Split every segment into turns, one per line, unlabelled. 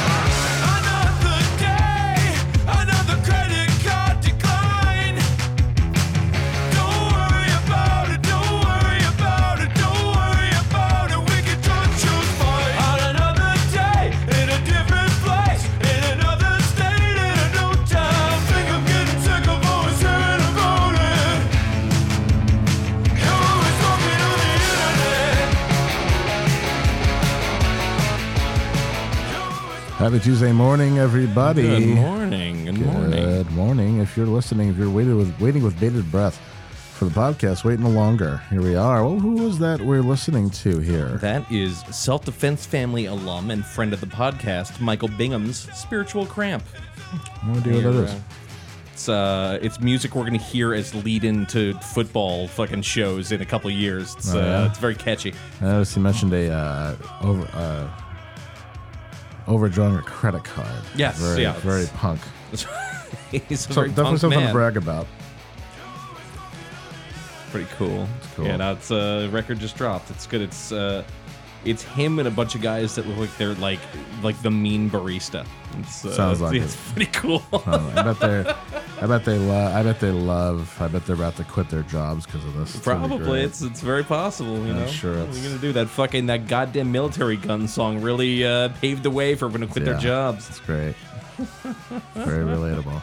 Another day, another credit card decline. Don't worry about it, don't worry about it, don't worry about it. We can just choose fine. On another day, in a different place, in another state, in a new town. Think I'm getting sick of always hearing about it. You're always talking on the internet.
Happy Tuesday morning, everybody.
Good morning. Good morning.
Good morning. If you're listening, if you're waited with, waiting with bated breath for the podcast, waiting no longer. Here we are. Well, who was that we're listening to here?
That is self defense family alum and friend of the podcast, Michael Bingham's Spiritual Cramp.
no idea what that
Here,
is.
uh, It's, uh, it's music we're going to hear as lead into football fucking shows in a couple years. It's,
Oh, yeah?
uh, it's very catchy.
I noticed you mentioned a uh, over uh, overdrawing a credit card.
Yes,
very,
yeah,
very
it's-
punk.
He's a
So
very
definitely
punk
something
man.
to brag about.
Pretty cool.
cool.
Yeah, now it's uh, record just dropped. It's good. It's uh, it's him and a bunch of guys that look like they're like like the mean barista. It's, uh,
Sounds like
it's
it.
pretty cool.
Um, I bet they, I bet they love. I bet they love. I bet they're about to quit their jobs because of this. It's gonna be
Probably
great.
it's it's very possible. You
I'm
know,
sure
What are
it's-
we gonna do that fucking that goddamn military gun song really uh, paved the way for everyone to quit
Yeah.
their jobs.
It's great. Very relatable. Uh,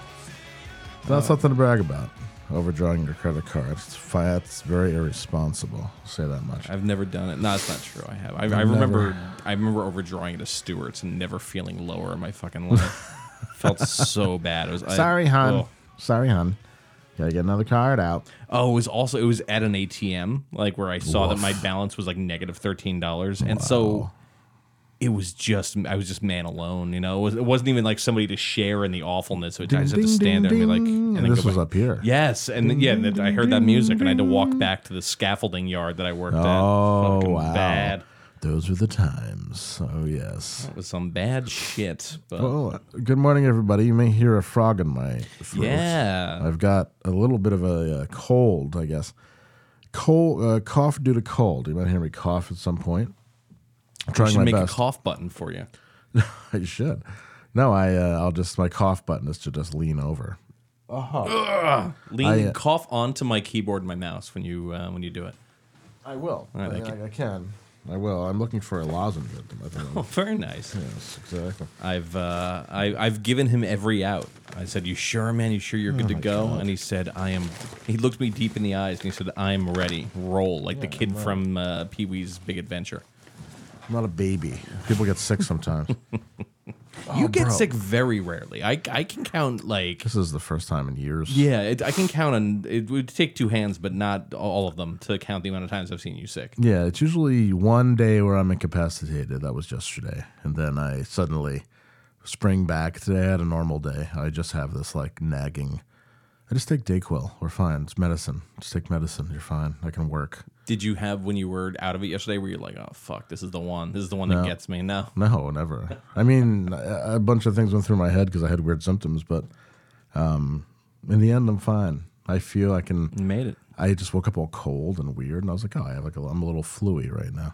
It's not something to brag about. Overdrawing your credit card. It's fi- That's very irresponsible. I'll say that much.
I've never done it. No, it's not true. I have. I, I remember. I remember overdrawing it to Stewart's and never feeling lower in my fucking life. Felt so bad. It was I-
Sorry, hon.
Oh.
Sorry, hon. Gotta get another card out.
Oh, it was also it was at an ATM, like where I saw
Woof.
that my balance was like negative thirteen dollars, and so it was just I was just man alone, you know. It, was, it wasn't even like somebody to share in the awfulness. So I just had
ding,
to stand there and be
ding,
like,
ding.
and
And
then
this
go
was
back.
up here.
Yes, and then, yeah, and then I heard that music, and I had to walk back to the scaffolding yard that I worked at.
Oh,
Fucking
wow.
bad.
Those were the times. Oh, yes.
It was some bad shit, but
Well, good morning, everybody. You may hear a frog in my throat.
yeah.
I've got a little bit of a uh, cold, I guess. Cold, uh, cough due to cold. You might hear me cough at some point. I'm
I
trying
should
my
make
best.
a cough button for you.
I should. No, I. Uh, I'll just my cough button is to just lean over.
Lean,
I, uh,
cough onto my keyboard and my mouse when you uh, when you do it.
I will.
right,
I,
thank
I- I can. I will. I'm looking for a lozenge. At the
Oh,
moment.
very nice.
yes, exactly.
I've uh, I, I've given him every out. I said, "You sure, man? You sure you're good to
Oh
go?" And he said, "I am." He looked me deep in the eyes and he said, "I'm ready. Roll like the kid from uh, Pee Wee's Big Adventure."
I'm not a baby. People get sick sometimes.
you get
Oh, bro.
sick very rarely. I I can count like
this is the first time in years.
yeah, it, I can count on. It would take two hands, but not all of them to count the amount of times I've seen you sick.
Yeah, it's usually one day where I'm incapacitated. That was yesterday, and then I suddenly spring back. Today I had a normal day. I just have this like nagging. I just take Dayquil. We're fine. It's medicine. Just take medicine. You're fine. I can work.
Did you have when you were out of it yesterday? Where you're like, "Oh fuck, this is the one. This is the one that gets me." No,
No, never. I mean, a a bunch of things went through my head because I had weird symptoms, but um, in the end, I'm fine. I feel I
you
can.
made it.
I just woke up all cold and weird, and I was like, oh, I have like a, I'm a little fluey right now.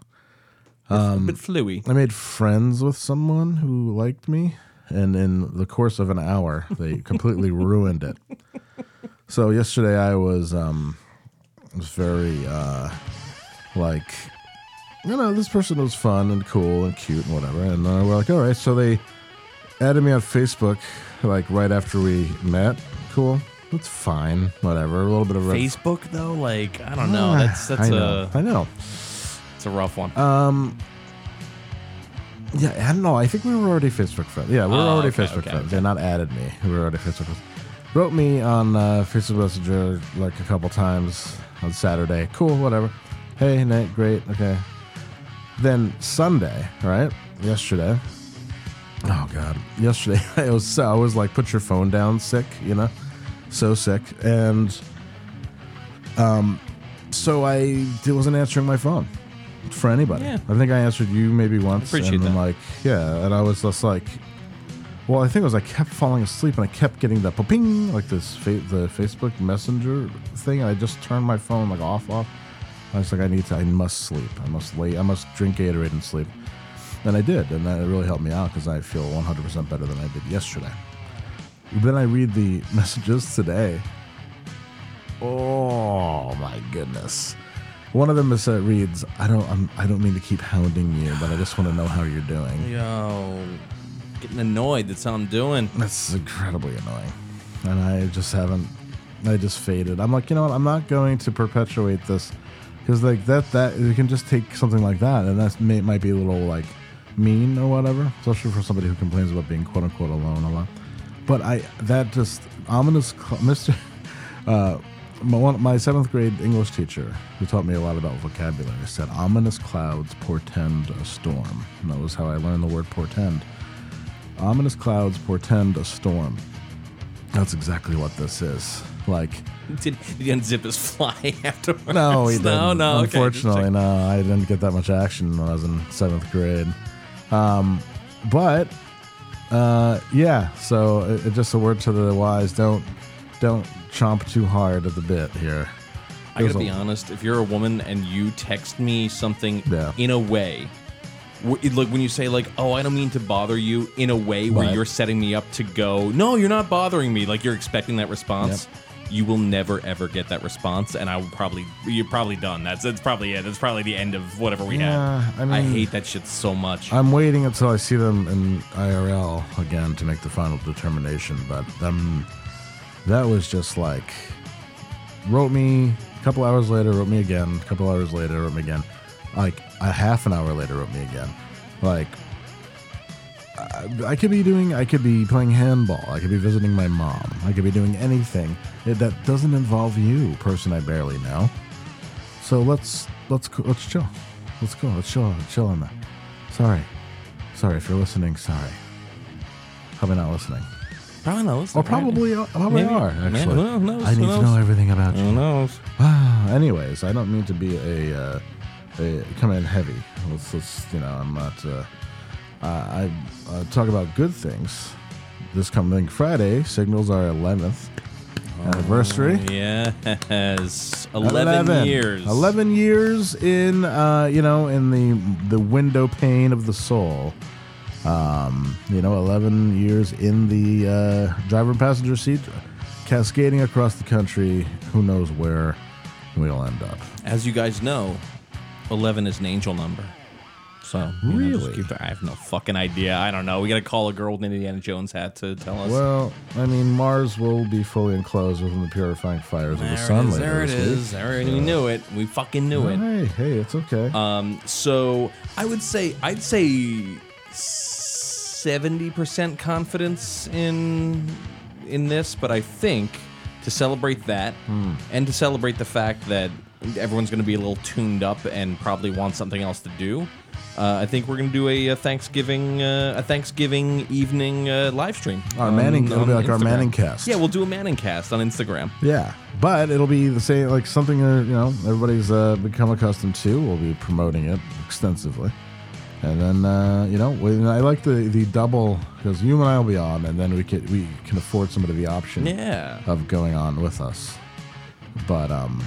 Um,
a bit fluey.
I made friends with someone who liked me, and in the course of an hour, they completely ruined it. So yesterday, I was um, was very uh, like you know, this person was fun and cool and cute and whatever. And uh, we're like, all right. So they added me on Facebook, like right after we met. Cool. That's fine. Whatever. A little bit of a
Facebook though, like I don't know. That's that's
I know. I
a
know.
it's a rough one.
Uh, Yeah, I don't know. I think we were already Facebook friends. Yeah, we were
Oh,
already
okay,
Facebook
okay,
friends.
okay.
They not added me. We were already Facebook friends. Wrote me on uh, Facebook Messenger like a couple times on Saturday. Cool, whatever. Hey, Nate, great. Okay. Then Sunday, right? Yesterday. Oh God. Yesterday, I was so I was like, put your phone down, sick. You know, so sick. And um, so I d- wasn't answering my phone for anybody.
Yeah.
I think I answered you maybe once.
Appreciate
and
that.
I'm like, yeah. And I was just like, well, I think it was I kept falling asleep and I kept getting the ping like this fa- the Facebook Messenger thing. And I just turned my phone like off off. I was like, I need to. I must sleep. I must lay. I must drink Gatorade and sleep. And I did, and that really helped me out because I feel 100% better than I did yesterday. Then I read the messages today. Oh my goodness! One of them is, uh, reads, "I don't, I'm, I don't mean to keep hounding you, but I just want to know how you're doing."
Yo, getting annoyed. That's how I'm doing.
That's incredibly annoying. And I just haven't I just faded. I'm like, you know what, I'm not going to perpetuate this because like that that you can just take something like that and that's may, might be a little like mean or whatever, especially for somebody who complains about being quote unquote alone a lot. But I that just ominous cl- Mr. Uh, my, one, my seventh grade English teacher, who taught me a lot about vocabulary, said ominous clouds portend a storm. And that was how I learned the word portend. Ominous clouds portend a storm. That's exactly what this is. Like,
Did, did he unzip his fly afterwards?
no, he didn't.
No, no. okay, just
Unfortunately,
checking.
no. I didn't get that much action when I was in seventh grade. Um, but uh, yeah, so it, it- just a word to the wise: don't don't chomp too hard at the bit here.
I gotta
There's
be
a-
honest. If you're a woman and you text me something
Yeah.
in a way, wh- it- like when you say like, "Oh, I don't mean to bother you," in a way where
Right.
you're setting me up to go, "No, you're not bothering me." Like you're expecting that response. You will never ever get that response, and I will probably you're probably done. That's that's probably it. That's probably the end of whatever we
Yeah,
had.
I mean-
hate that shit so much.
I'm waiting until I see them in IRL again to make the final determination. But um, that was just like wrote me a couple hours later, wrote me again, a couple hours later, wrote me again, like a half an hour later, wrote me again. Like I, I could be doing, I could be playing handball, I could be visiting my mom, I could be doing anything that doesn't involve you, person I barely know. So let's let's co- let's chill. Let's go. Let's chill. Chill on that. Sorry, sorry if you're listening. Sorry, probably not listening.
probably not.
Or probably probably
Maybe.
are
Yeah,
actually.
who knows,
I
who
need to know
knows?
everything about you. Ah,
Who knows?
Anyways, I don't mean to be a, uh, a come in heavy. Let's, let's you know, I'm not. Uh, I, I uh, talk about good things. This coming Friday signals our 11th
Oh,
anniversary.
Yes, eleven, years.
Eleven years in, uh, you know, in the the window pane of the soul. Um, you know, eleven years in the uh, driver and passenger seat, cascading across the country. Who knows where we'll end up?
As you guys know, eleven is an angel number. So you know, just
Really?
keep the- I have no fucking idea. I don't know. We gotta call a girl with an Indiana Jones hat to tell us.
Well, I mean, Mars will be fully enclosed within the purifying fires of
there
the sun
it is.
later
There it
this week.
is. There it- We knew it. We fucking knew it.
Hey, hey, it's okay.
Um, so I would say I'd say seventy percent confidence in in this, but I think to celebrate that
Hmm.
and to celebrate the fact that everyone's going to be a little tuned up and probably want something else to do. Uh, I think we're going to do a, uh Thanksgiving uh, a Thanksgiving evening uh, live stream.
Our
on-
Manning- it'll
on
be like our
Instagram.
Manning cast.
Yeah, we'll do a Manning cast on Instagram.
Yeah, but it'll be the same, like something uh, you know everybody's uh, become accustomed to. We'll be promoting it extensively, and then uh, you know we, I like the the double because you and I will be on, and then we can we can afford somebody the option
Yeah.
of going on with us. But um,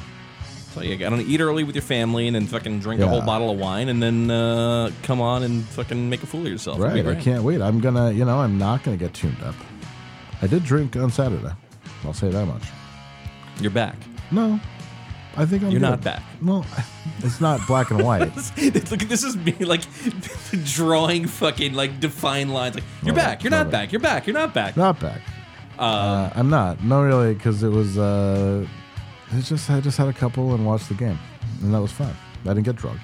So you gotta eat early with your family and then fucking drink a
Yeah.
whole bottle of wine and then uh, come on and fucking make a fool of yourself. It'll be
right, I
great.
can't wait. I'm gonna you know I'm not gonna get tuned up. I did drink on Saturday. I'll say that much.
You're back.
No, I think I'm
You're
good.
not back.
Well, it's not black and white.
Look, this is me like drawing fucking like defined lines. Like you're
All right,
back, you're
all
not
right.
back, you're back, you're not back.
not back. Uh, I'm not. No, really, because it was. Uh, it's just I just had a couple and watched the game, and that was fine. I didn't get drunk.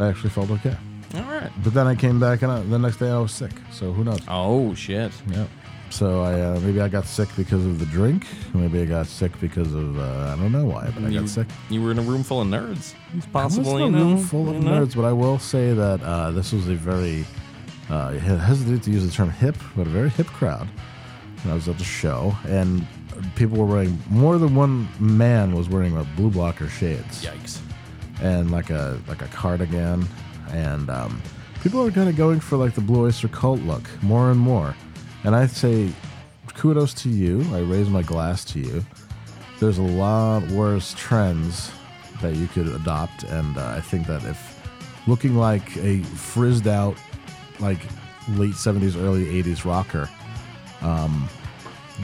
I actually felt okay.
All right.
But then I came back, and I, the next day I was sick. So who knows?
Oh shit.
Yeah. So I uh, maybe I got sick because of the drink. Maybe I got sick because of uh, I don't know why, but I
you,
got sick.
You were in a room full of nerds.
This
It's possible,
is
you
a
know.
room full of
you know?
nerds, but I will say that uh, this was a very, uh, I hesitate to use the term hip, but a very hip crowd. And I was at the show, and people were wearing, more than one man was wearing like blue blocker shades
Yikes.
and like a like a cardigan, and um, people are kind of going for like the Blue Oyster Cult look more and more. And I say, kudos to you. I raise my glass to you. There's a lot worse trends that you could adopt, and uh, I think that if looking like a frizzed out, like late '70s, early '80s rocker, um,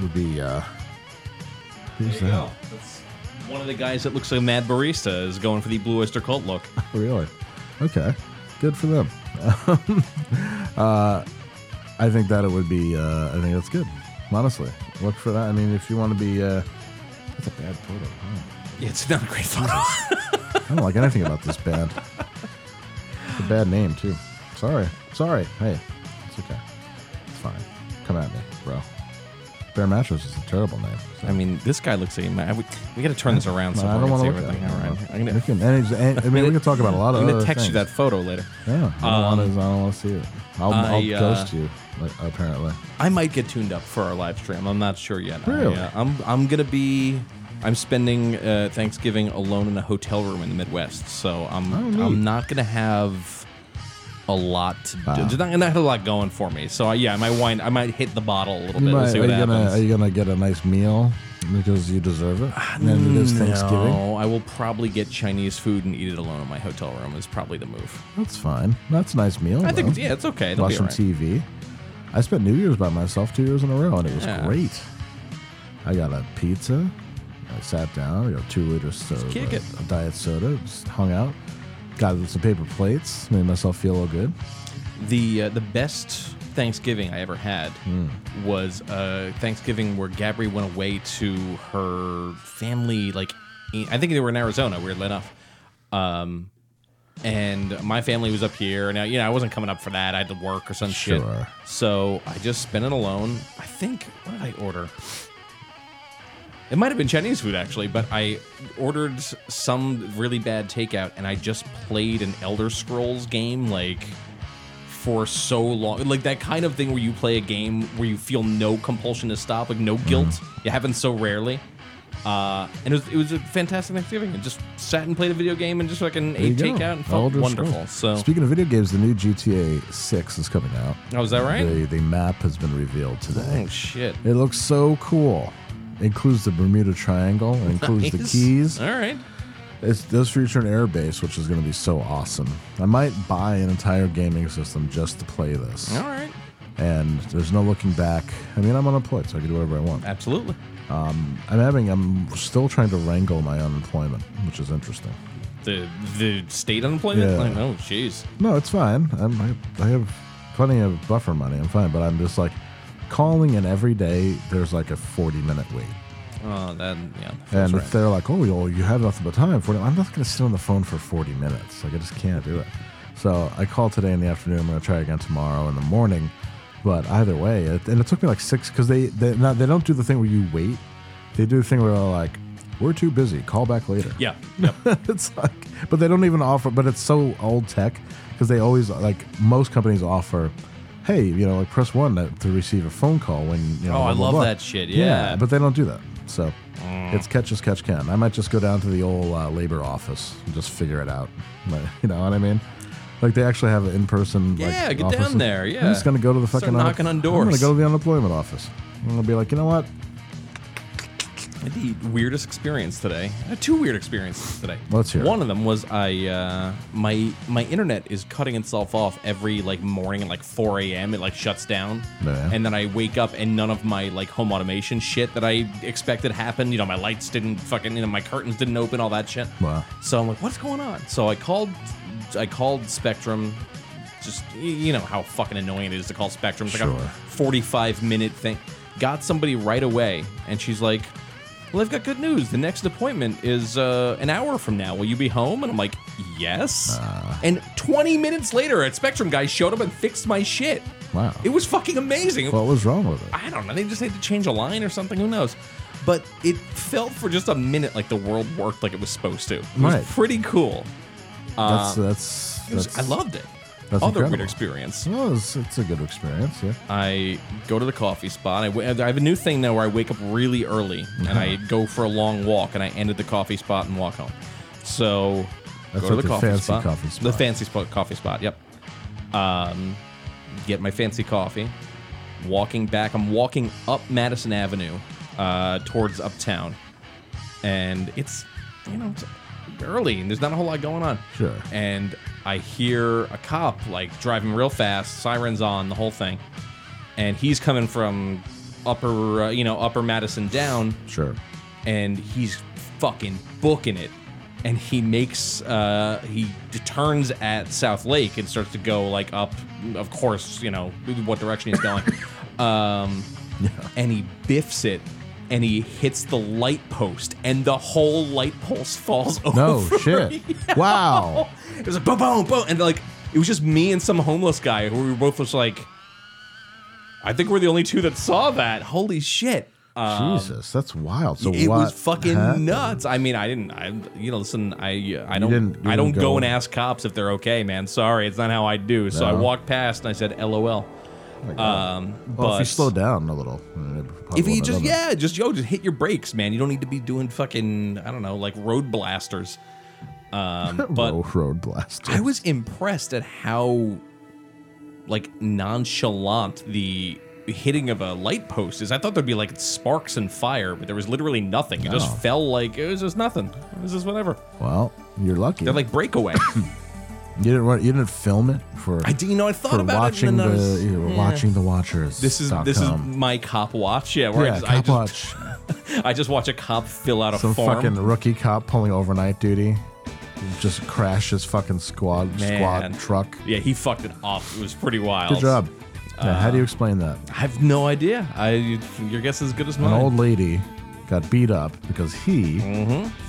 would be. Uh, who's
There you
that?
go. That's one of the guys that looks like a mad barista is going for the Blue Oyster Cult look.
Really? Okay. Good for them. uh, I think that it would be. Uh, I think that's good. Honestly, look for that. I mean, if you want to be, uh, that's a bad photo. I
It's not a great photo.
don't- I don't like anything about this band. It's a bad name too. Sorry. Sorry. Hey, it's okay. It's fine. Come at me, bro. Bare Mattress is a terrible name. so-
I mean, this guy looks like a mad. We, we got to turn this around.
No,
so
I don't
want to
look at it.
everything. All right. I'm
We
gonna,
can, and it's- and- I mean, we can talk about a lot of
I'm gonna
other
text you
things.
that photo later.
Yeah, I don't
Um,
want to. I don't want to see it. I'll, I,
I,
will i
uh,
will ghost you. Like, apparently,
I might get tuned up for our live stream. I'm not sure yet.
Really?
I, am I'm gonna be. I'm spending uh, Thanksgiving alone in a hotel room in the Midwest, so I'm
Oh, neat.
I'm not gonna have a lot to do.
Ah.
Just not gonna have a lot going for me. So I, yeah, I might wind. I might hit the bottle a little
You
bit. and
might-
see
are you
what
gonna
happens.
are you gonna get a nice meal because you deserve it? And it is Thanksgiving.
No, I will probably get Chinese food and eat it alone in my hotel room. Is probably the move.
That's fine. That's a nice meal.
I think
though.
it's- yeah, it's okay. It'll
Watch
be
some
alright.
TV. I spent New Year's by myself two years in a row, and it was
Yeah.
great. I got a pizza. I sat down. I got two liters soda,
kick it.
a diet soda. Just hung out. Got some paper plates. Made myself feel all good.
The uh, the best Thanksgiving I ever had was uh, Thanksgiving where Gabri went away to her family. Like in- I think they were in Arizona, weirdly enough. Um, and my family was up here, and I, you know I wasn't coming up for that. I had to work or some shit.
Sure.
So I just spent it alone. I think what did I order? It might have been Chinese food actually, but I ordered some really bad takeout, and I just played an Elder Scrolls game like for so long. Like that kind of thing where you play a game where you feel no compulsion to stop, like no guilt.
Mm-hmm.
It happens so rarely. Uh, and it was, it was a fantastic Thanksgiving. I just sat and played a video game and just fucking
There
ate
you go.
takeout and felt
Elder
wonderful.
Scrolls.
So
speaking of video games, the new GTA Six is coming out.
Oh, is that right?
The, the map has been revealed today.
oh shit,
It looks so cool. Includes the Bermuda Triangle, includes the
Nice.
Keys.
All right,
It's does feature an air base, which is going to be so awesome. I might buy an entire gaming system just to play this.
all right,
And there's no looking back. I mean, I'm unemployed, so I can do whatever I want.
absolutely.
I'm having. I'm still trying to wrangle my unemployment, which is interesting.
The the state unemployment.
Yeah.
Like, oh jeez.
No, it's fine. I'm, I, I have plenty of buffer money. I'm fine, but I'm just like calling, and every day there's like a 40 minute wait.
Oh, that yeah.
And
That's
if
right.
they're like, "Oh, you you have nothing but time for," it," I'm not going to sit on the phone for 40 minutes. Like I just can't do it. So I call today in the afternoon. I'm going to try again tomorrow in the morning. But either way, it, and it took me like six because they they not, they don't do the thing where you wait. They do the thing where they're like, "We're too busy. Call back later."
Yeah. Yep.
it's like, but they don't even offer. But it's so old tech because they always like most companies offer. Hey, you know, like press one to, to receive a phone call when you know.
Oh, I
blah, blah,
love
blah."
that shit, yeah. Mm.
but they don't do that. So it's catch as catch can. I might just go down to the old uh, labor office and just figure it out. Like, you know what I mean? Like they actually have an in-person.
Yeah,
like,
get
office.
down there, yeah.
I'm just gonna go to the
Start
fucking.
knocking on doors.
I'm gonna go to the unemployment office. I'm gonna be like, you know what?
the weirdest experience today. I had two weird experiences today.
Let's hear it.
One of them was I uh, my my internet is cutting itself off every like morning at like 4 a.m. It like shuts down,
Yeah.
and then I wake up and none of my like home automation shit that I expected happened. You know, my lights didn't fucking you know my curtains didn't open, all that shit.
Wow.
So I'm like, what's going on? So I called I called Spectrum. Just y- you know how fucking annoying it is to call Spectrum. It's like
Sure.
a 45 minute thing. Got somebody right away, and she's like, Well, I've got good news. The next appointment is uh, an hour from now. Will you be home? And I'm like, Yes.
Uh.
and 20 minutes later, a Spectrum guy showed up and fixed my shit.
Wow.
It was fucking amazing.
What was wrong with it?
I don't know. They just had to change a line or something. Who knows? But it felt for just a minute like the world worked like it was supposed to. It
Right.
was pretty cool.
That's that's,
It was-
that's
Uh, I loved it.
that's
Other weird
incredible.
experience.
Well, it's, it's a good experience. Yeah.
I go to the coffee spot. I, w- I have a new thing now where I wake up really early and I
Mm-hmm.
go for a long walk and I end at the coffee spot and walk home. So
That's
go to
like
the,
the
coffee,
fancy
spot,
coffee spot.
The fancy spot, coffee spot. Yep. Um, get my fancy coffee. Walking back, I'm walking up Madison Avenue uh, towards uptown, and it's you know it's early and there's not a whole lot going on.
Sure.
And I hear a cop like driving real fast, sirens on, the whole thing and he's coming from upper uh, you know upper madison down
Sure.
and he's fucking booking it and he makes uh he d- turns at south lake and starts to go like up of course you know what direction he's going um and he biffs it and he hits the light post and the whole light post falls over
No shit. Wow.
it was like boom, boom, boom, and like it was just me and some homeless guy who we were both just like, I think we're the only two that saw that. Holy shit! Uh,
Jesus, that's wild. So
it
what
was fucking
happened?
nuts. I mean, I didn't. I you know, listen, I uh, I don't
didn't- you
I don't
didn't
go,
go-
and ask cops if they're okay, man. Sorry, it's not how I do. So I
No. Oh
walked past and I said, "LOL." Um,
Well,
but
if you slow down a little, it probably
if you
wouldn't
just
have done it.
yeah, just yo, just hit your brakes, man. You don't need to be doing fucking I don't know like road blasters. Um, but
Road- road blast.
I was impressed at how like nonchalant the hitting of a light post is. I thought there'd be like sparks and fire, but there was literally nothing. It
No.
just fell like it was just nothing. It was just whatever.
well. You're lucky.
They're like breakaway.
you didn't run, you didn't film it for
I did, you know, I thought
for
about
watching
it and
the
then I was,
you were watching the watchers.
this is this is
.com.
my cop watch. Yeah, where
yeah,
I, just, I,
cop
just,
watch.
I just watch a cop fill out a
Some
form.
fucking rookie cop pulling overnight duty, just crash his fucking squad
Man.
squad truck.
yeah, he fucked it up. It was pretty wild.
Good job. Yeah, how do you
Uh,
explain that?
I have no idea. I your guess is as good as
An
mine.
old lady got beat up because he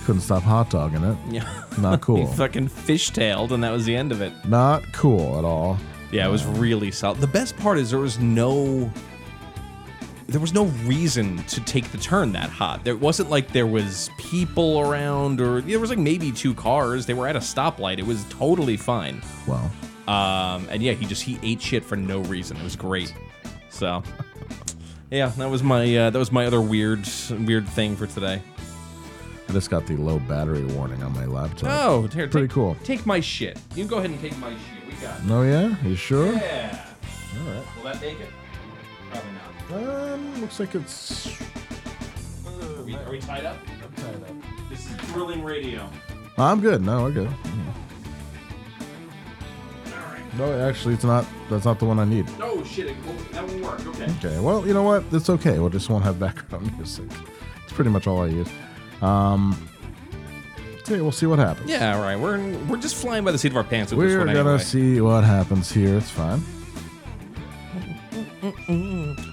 couldn't stop hot dogging it.
Mm-hmm. yeah.
Not
He
cool.
fucking fishtailed, and that was the end of it.
Not cool at all.
Yeah, it was really solid. The best part is there was no there was no reason to take the turn that hot. There wasn't like there was people around or there was like maybe two cars. They were at a stoplight. It was totally fine.
Well,
Um and yeah, he just he ate shit for no reason. It was great. So yeah, that was my uh, that was my other weird weird thing for today.
I just got the low battery warning on my laptop.
Oh, here,
Pretty
take-
cool.
Take my shit. You can go ahead and take my shit. We got. it.
No, Oh, yeah? You sure?
Yeah.
All right.
Will that take it? Probably not.
Um, looks like it's.
Are we, are we tied up? This is thrilling radio.
I'm good. No, we're good. Mm-hmm. No, actually, it's not. That's not the one I need.
Oh shit! It, oh, that won't work. Okay.
Okay. Well, you know what? It's okay. We just won't have background music. It's pretty much all I use. Um. Okay, we'll see what happens.
Yeah. All right. We're we're just flying by the seat of our pants with this
We're
one
gonna
anyway.
see what happens here. It's fine.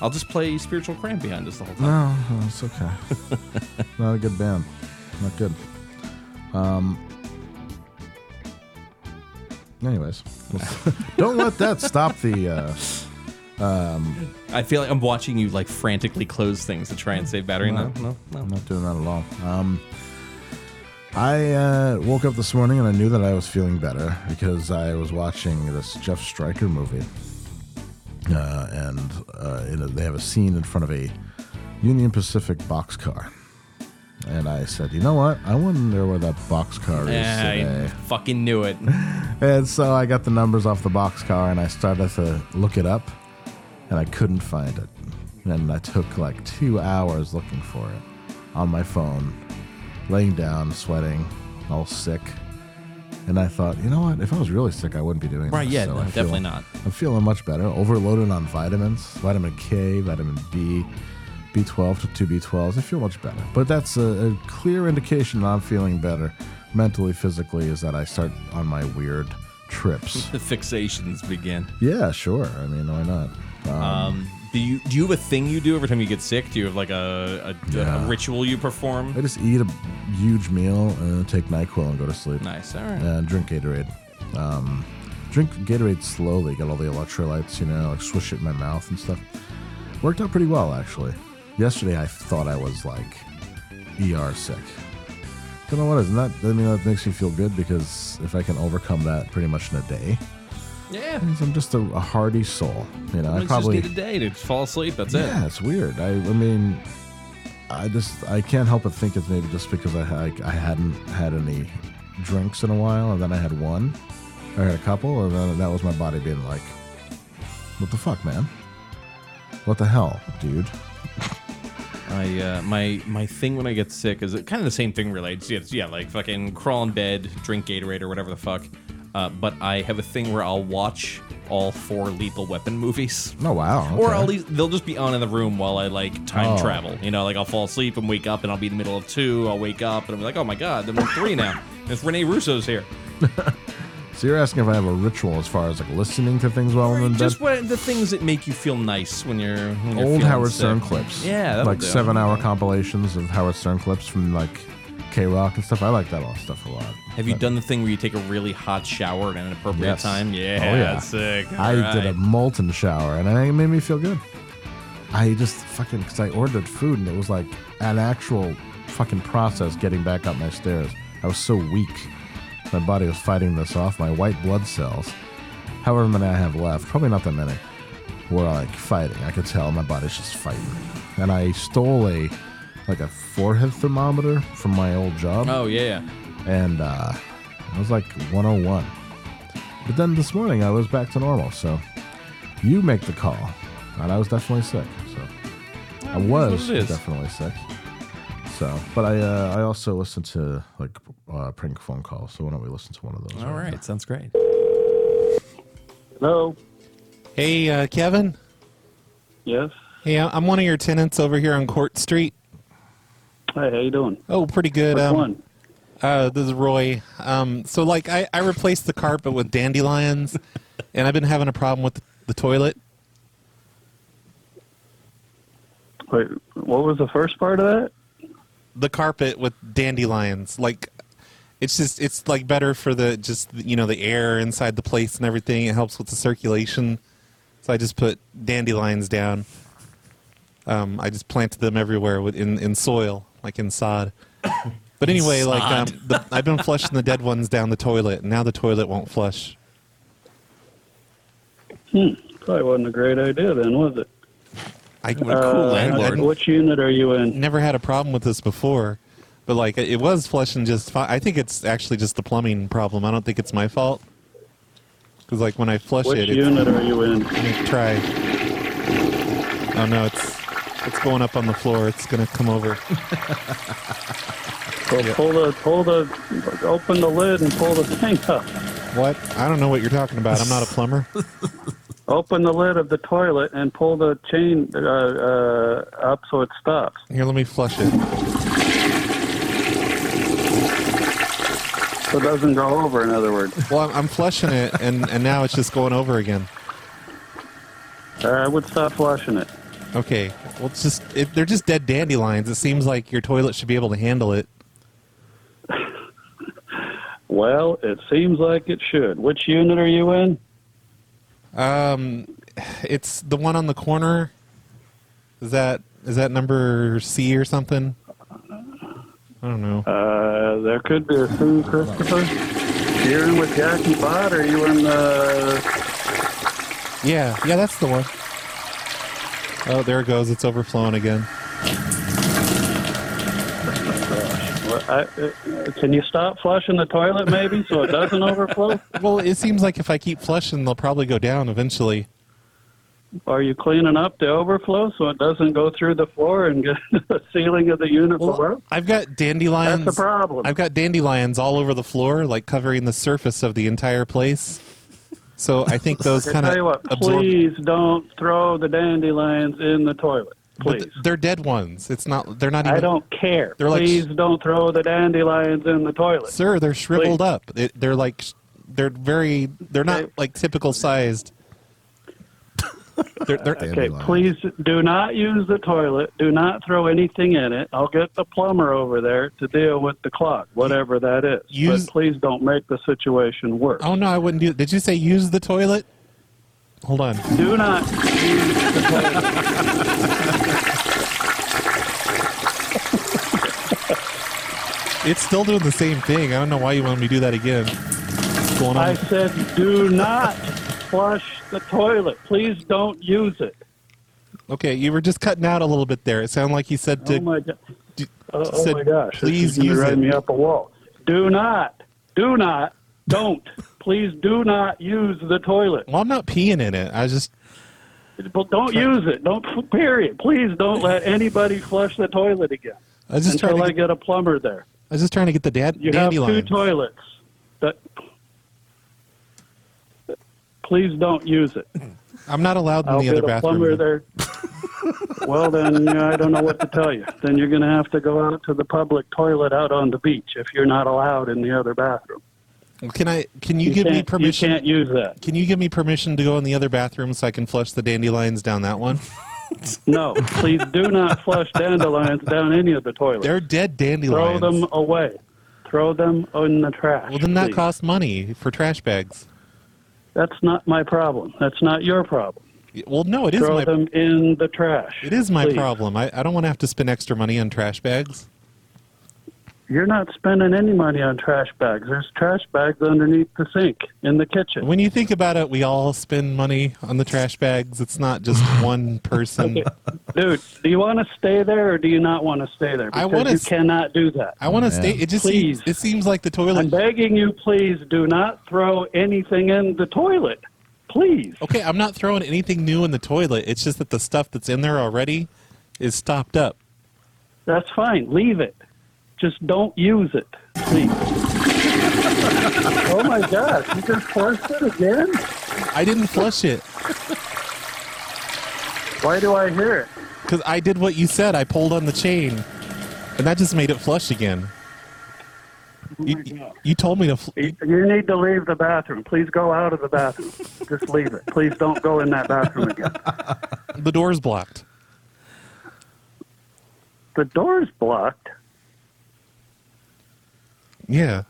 I'll just play spiritual cram behind us the whole time.
No, no, Oh, it's okay. Not a good band. Not good. Um. Anyways, don't let that stop the. Uh,
I feel like I'm watching you like frantically close things to try and save battery. No, no, no.
I'm not doing that at all. Um, I uh, woke up this morning and I knew that I was feeling better because I was watching this Jeff Stryker movie, uh, and uh, in a, they have a scene in front of a Union Pacific boxcar. And I said, you know what? I wonder where that boxcar is
Yeah, I
today.
fucking knew it.
And so I got the numbers off the boxcar and I started to look it up and I couldn't find it. And I took like two hours looking for it. on my phone, laying down, sweating, all sick. And I thought, you know what? If I was really sick, I wouldn't be doing
Right,
this.
yeah,
So
no,
I feel-
definitely not.
I'm feeling much better. Overloaded on vitamins, vitamin K, vitamin B, B12 to 2B12s. I feel much better. But that's a, a clear indication that I'm feeling better mentally, physically, is that I start on my weird trips.
The fixations begin.
yeah, sure. I mean, why not?
Um, do you do you have a thing you do every time you get sick? Do you have like a a, a
Yeah.
ritual you perform?
I just eat a huge meal and take NyQuil and go to sleep.
Nice. All right.
And Uh, drink Gatorade. Um, drink Gatorade slowly, get all the electrolytes, you know, like swish it in my mouth and stuff. Worked out pretty well, actually. Yesterday, I thought I was like ER sick. Don't know what is. And that, I mean, that makes me feel good because if I can overcome that pretty much in a day,
Yeah.
means I'm just a, a hardy soul. You know, I
Sometimes
probably.
you just need a day to fall asleep. That's
Yeah,
it.
it's weird. I, I mean, I just I can't help but think it's maybe just because I ha- I hadn't had any drinks in a while, and then I had one, I had a couple, and then that was my body being like, "What the fuck, man? What the hell, dude?"
I uh, my my thing when I get sick is kind of the same thing relates. Yeah, it's, yeah, like fucking crawl in bed, drink Gatorade or whatever the fuck. Uh, but I have a thing where I'll watch all four Lethal Weapon movies.
Oh wow.
Or
okay.
I'll least they'll just be on in the room while I like time
Oh.
travel. You know, like I'll fall asleep and wake up and I'll be in the middle of two. I'll wake up and I'm like, oh my god, I'm on three now. And it's Rene Russo's here. e-
So you're asking if I have a ritual as far as like listening to things while I'm in bed?
Just what the things that make you feel nice when you're when you're
Old
feeling
Howard
sick.
Stern clips.
Yeah, that'll
like
do.
seven-hour compilations of Howard Stern clips from like K Rock and stuff. I like that all stuff a lot.
Have you done the thing where you take a really hot shower at an appropriate
Yes.
time? uh,
Oh,
Yeah,
yeah.
that's sick.
I did a
Alright.
molten shower, and it made me feel good. I just fucking because I ordered food, and it was like an actual fucking process getting back up my stairs. I was so weak. My body was fighting this off. My white blood cells, however many I have left, probably not that many, were like fighting. I could tell my body's just fighting. And I stole a like a forehead thermometer from my old job
Oh yeah,
and uh, I was like 101. But then this morning I was back to normal, so you make the call. And I was definitely sick, so I was
it is.
definitely sick. So, but I uh, I also listen to like uh, prank phone calls. So why don't we listen to one of those?
yeah. All right, sounds great.
Hello.
Hey, uh, Kevin.
Yes.
Hey, I- I'm one of your tenants over here on Court Street.
Hey, how you doing?
Oh, pretty good.
Which
um,
one?
Uh, this is Roy. Um, so, like, I, I replaced the carpet with dandelions, and I've been having a problem with the toilet.
Wait, what was the first part of that?
The carpet with dandelions. Like, it's just, it's like better for the, just, you know, the air inside the place and everything. It helps with the circulation. So, I just put dandelions down. Um, I just planted them everywhere with, in, in soil, like in sod. But anyway, like um, the, I've been flushing the dead ones down the toilet, and now the toilet won't flush.
Probably wasn't a great idea then, was it?
I,
Uh,
landlord.
Which unit are you in?
never had a problem with this before, but like it was flushing just fine. I think it's actually just the plumbing problem. I don't think it's my fault. Because like when I flush
Which
it,
unit are you in?
it's try. Oh no, it's it's going up on the floor. It's gonna come over.
Well, pull the, pull the, open the lid and pull the thing up.
What? I don't know what you're talking about. I'm not a plumber.
Open the lid of the toilet and pull the chain uh, uh, up so it stops.
Here, let me flush it.
So it doesn't go over, in other words.
Well, I'm, I'm flushing it, and and now it's just going over again.
Uh, I would stop flushing it.
Okay. Well, it's just it, they're just dead dandelions. It seems like your toilet should be able to handle it.
Well, it seems like it should. Which unit are you in?
It's the one on the corner. Is that is that number C or something? I don't know.
Uh, there could be a Sue Christopher. You're in with Jackie Bot, or you in uh, the?
yeah, yeah, that's the one. Oh, there it goes. It's overflowing again.
well, I, uh, can you stop flushing the toilet maybe so it doesn't overflow?
Well, it seems like if I keep flushing, they'll probably go down eventually.
Are you cleaning up the overflow so it doesn't go through the floor and get the ceiling of the unit below?
I've got dandelions.
That's the problem.
I've got dandelions all over the floor, like covering the surface of the entire place. So I think those kind
Tell you
of
what, please don't throw the dandelions in the toilet. Please.
They're dead ones. It's not. They're not even.
I don't care.
They're like-
Please don't throw the dandelions in the toilet.
Sir, they're shriveled up. It, they're like. They're very. They're not
Okay.
like typical sized. They're, they're,
Okay,
Dandelion.
please do not use the toilet. Do not throw anything in it. I'll get the plumber over there to deal with the clog, whatever that is.
Use-
but please don't make the situation worse.
Oh no, I wouldn't do. Did you say use the toilet? Hold on.
Do not use the toilet.
It's still doing the same thing. I don't know why you want me to do that again. What's going on?
I said do not flush the toilet. Please don't use it.
okay, you were just cutting out a little bit there. It sounded like you said to.
oh my god.
d-
Oh, oh
said,
my gosh.
Please
this is
use
gonna
it.
run me up a wall. Do not. Do not. Don't. please do not use the toilet.
Well, I'm not peeing in it. I just.
Well, don't use it. Don't. Period. Please don't let anybody flush the toilet again
I was just trying
until
to.
I
Get,
get a plumber there.
I was just trying to get the dad
You have
dandelion.
two toilets. That. Please don't use it.
I'm not allowed in
I'll
the
get
other
a
bathroom.
plumber there. well, then yeah, I don't know what to tell you. Then you're going to have to go out to the public toilet out on the beach if you're not allowed in the other bathroom.
Can I? Can you, give me
can't-
permission?
You can't use that.
Can you give me permission to go in the other bathroom so I can flush the dandelions down that one?
No, please do not flush dandelions down any of the toilets.
They're dead
Throw
dandelions.
them away. Throw them in the trash.
well, then that
please.
costs money for trash bags.
That's not my problem. That's not your problem.
Well, no, it is
Throw
my
them in the trash.
It is my
please.
problem. I, I don't want to have to spend extra money on trash bags.
You're not spending any money on trash bags. There's trash bags underneath the sink in the kitchen.
When you think about it, we all spend money on the trash bags. It's not just one person.
Dude, do you want to stay there or do you not want to stay there?
I
Because
wanna
you
s-
cannot do that.
I want to
Yeah.
stay. It just
Please.
seems, it seems like the
I'm
toilet.
begging you, please do not throw anything in the toilet. Please.
Okay, I'm not throwing anything new in the toilet. It's just that the stuff that's in there already is stopped up.
That's fine. Leave it. Just don't use it, please. oh my gosh, you just flushed it again?
I didn't flush it
Why do I hear it?
because I did what you said. I pulled on the chain, and that just made it flush again. You,
God.
you told me to. Fl-
You you need to leave the bathroom. Please go out of the bathroom. Just leave it. Please don't go in that bathroom again.
the door's blocked.
The door's blocked.
Yeah.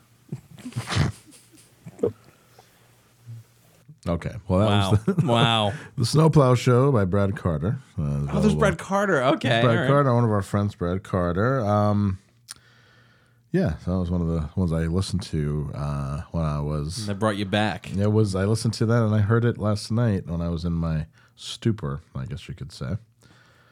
Okay. Well, that
Wow.
was the,
wow.
the Snowplow Show by Brad Carter. Uh,
Oh, there's
available-
Brad Carter. Okay.
Brad
all right.
Carter, one of our friends, Brad Carter. Um, yeah, so that was one of the ones I listened to uh, when I was.
That brought you back.
It was I listened to that and I heard it last night when I was in my stupor, I guess you could say.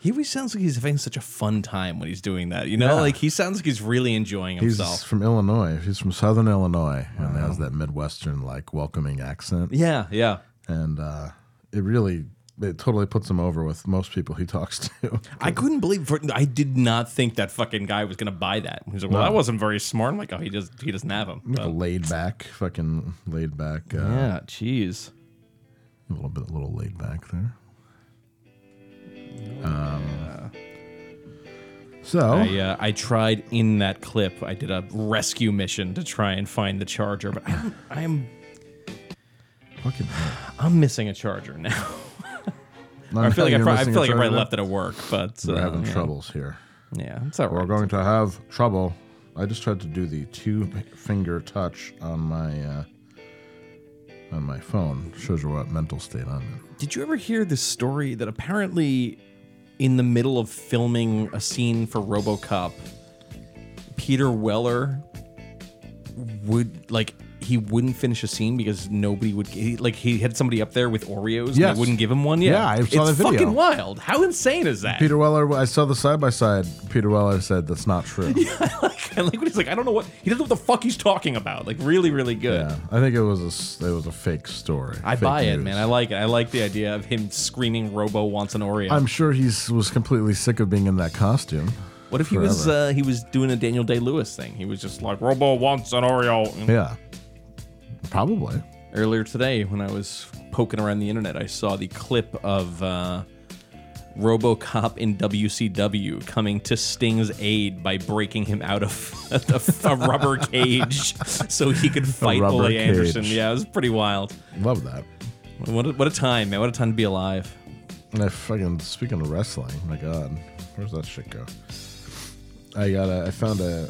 He always sounds like he's having such a fun time when he's doing that. You know, like he sounds like he's really enjoying
He's
himself.
from Illinois. He's from Southern Illinois and has that Midwestern like welcoming accent.
yeah, yeah.
and uh, it really it totally puts him over with most people he talks to.
I couldn't believe for, I did not think that fucking guy was gonna buy that. He's like, well, that wasn't very smart. I'm like, oh, he just he doesn't have him.
A
But-
laid back, fucking laid back. Uh,
yeah, jeez.
a little bit, a little laid back there.
Oh,
Um, so
I uh, I tried in that clip. I did a rescue mission to try and find the charger, but I'm I'm,
fucking. hell.
I'm missing a charger now.
Not
I feel like I,
you're
pro- I
missing
feel
a
like I
turn
probably
now?
left it at work, but
We're
uh,
having
yeah.
troubles here.
Yeah, it's all
We're
right.
going to have trouble. I just tried to do the two finger touch on my uh, on my phone. Shows you what mental state I'm in.
Did you ever hear this story that apparently, in the middle of filming a scene for RoboCop, Peter Weller would like he wouldn't finish a scene because nobody would he, like he had somebody up there with Oreos and
Yes.
they wouldn't give him one. Yeah,
Yeah, I saw
it's
the video.
fucking wild. How insane is that?
Peter Weller, I saw the side by side. Peter Weller said that's not true.
like, I like when he's like, I don't know what he doesn't know what the fuck he's talking about. Like really, really good.
Yeah, I think it was a s- it was a fake story.
I
fake
buy it,
news.
man. I like it. I like the idea of him screaming Robo wants an Oreo.
I'm sure he's was completely sick of being in that costume.
what if he was
forever.
uh, he was doing a Daniel Day Lewis thing? He was just like Robo wants an Oreo. And
Yeah, probably.
earlier today when I was poking around the internet, I saw the clip of uh, RoboCop in WCW coming to Sting's aid by breaking him out of a, a rubber cage so he could fight
rubber
Ole Anderson.
cage.
Yeah, it was pretty wild.
Love that.
What a, what a time, man! What a time to be alive.
And I fucking speaking of wrestling, my god, where's that shit go? I got a, I found a,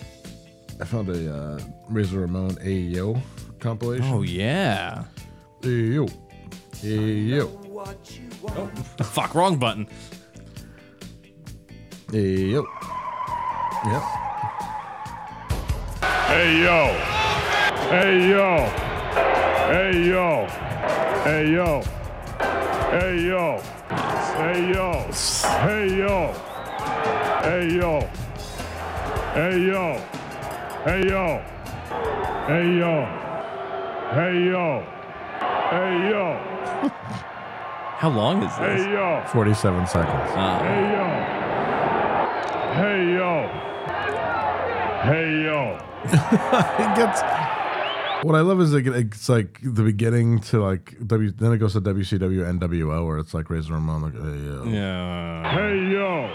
I found a uh, Razor Ramon AEO compilation. E
Oh yeah. Oh.
AEO, AEO,
Fuck, wrong button.
AEO. E Yep.
Hey yo. Hey yo. Hey yo. Hey yo. Hey yo. Hey yo. Hey yo. Hey yo. Hey yo. Hey yo. Hey yo. Hey yo. Hey yo.
How long is
Hey
this?
yo.
47 seconds.
Uh.
Hey yo. Hey yo. Hey yo.
it gets. What I love is like it's like the beginning to like W. Then it goes to WCW NWO where it's like Razor Ramon. Like, hey, uh,
Yeah.
Hey yo.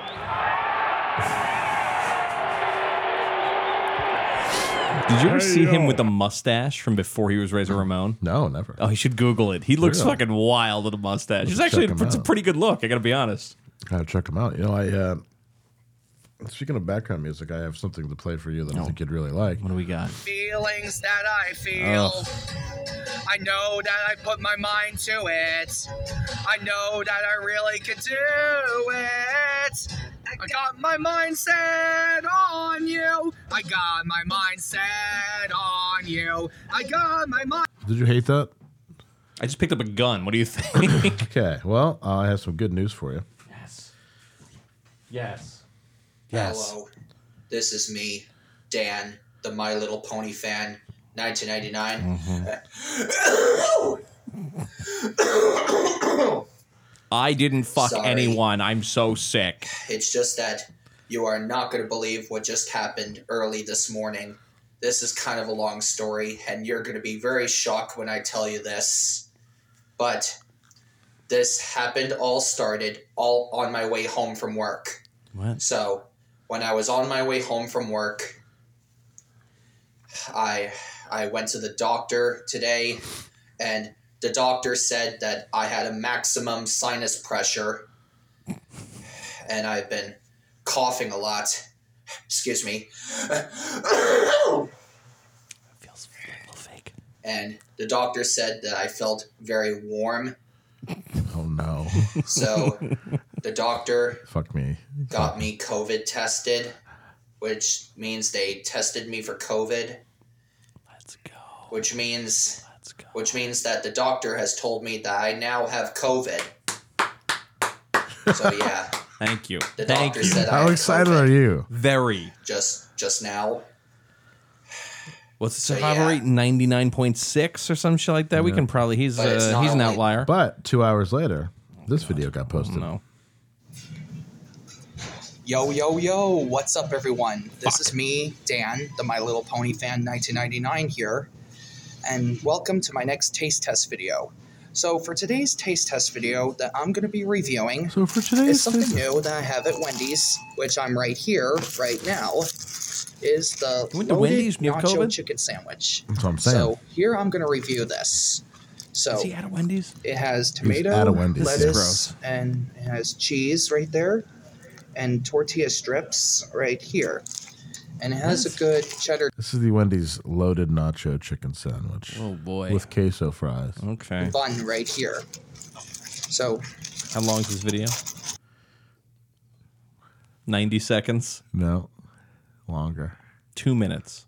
Did you ever
Hey,
see him
yo.
with a mustache from before he was Razor Ramon?
No, never.
Oh, you should Google it. He looks
Really?
fucking wild with a mustache. It's
Check
actually
him
it's a
out.
pretty good look. I gotta be honest.
Gotta check them out. You know, I. Uh, speaking of background music, I have something to play for you that I think you'd really like.
What do we got?
feelings that I feel. I know that I put my mind to it. I know that I really could do it. I got my mindset on you. I got my mindset on you. I got my mind.
Did you hate that?
I just picked up a gun. What do you think?
Okay. Well, I have some good news for you.
yes. Yes.
Hello, this is me, Dan, the My Little Pony fan, 1999.
I didn't fuck
Sorry.
anyone. I'm so sick.
It's just that you are not going to believe what just happened early this morning. This is kind of a long story, and you're going to be very shocked when I tell you this. But this happened, all started, all on my way home from work.
What?
So, when I was on my way home from work, I I went to the doctor today and the doctor said that I had a maximum sinus pressure and I've been coughing a lot. Excuse me.
Feels a little fake.
And the doctor said that I felt very warm.
Oh no.
So the doctor
Fuck me.
got me COVID tested, which means they tested me for COVID.
Let's go.
which means
Let's go.
which means that the doctor has told me that I now have COVID. So yeah,
Thank you.
the
Thank
doctor
you.
said I
How
had
excited
COVID
are you?
Very.
Just just now.
What's the
So,
survival
yeah.
rate? Ninety nine point six or some shit like that. We can probably. He's
But it's
uh,
not
he's an
only-
outlier.
But two hours later, this video got posted.
no.
Yo yo yo, what's up everyone? This is me, Dan, the My Little Pony fan 1999 here, and welcome to my next taste test video. So for today's taste test video that I'm going to be reviewing,
So for
It's
today's
something new that I have at Wendy's, which I'm right here, right now, is the
You went to
loaded
Wendy's when you have
nacho
COVID?
chicken sandwich.
That's what I'm saying.
So here I'm going to review this. So
Is he out of Wendy's?
it has
out
tomato,
of Wendy's. This is
lettuce, and it has cheese right there, and tortilla strips right here, and it has a good cheddar
This is the Wendy's loaded nacho chicken sandwich.
Oh, boy. Oh.
With queso fries.
Okay.
bun right here. So
How long is this video? Ninety seconds.
No, longer.
Two minutes.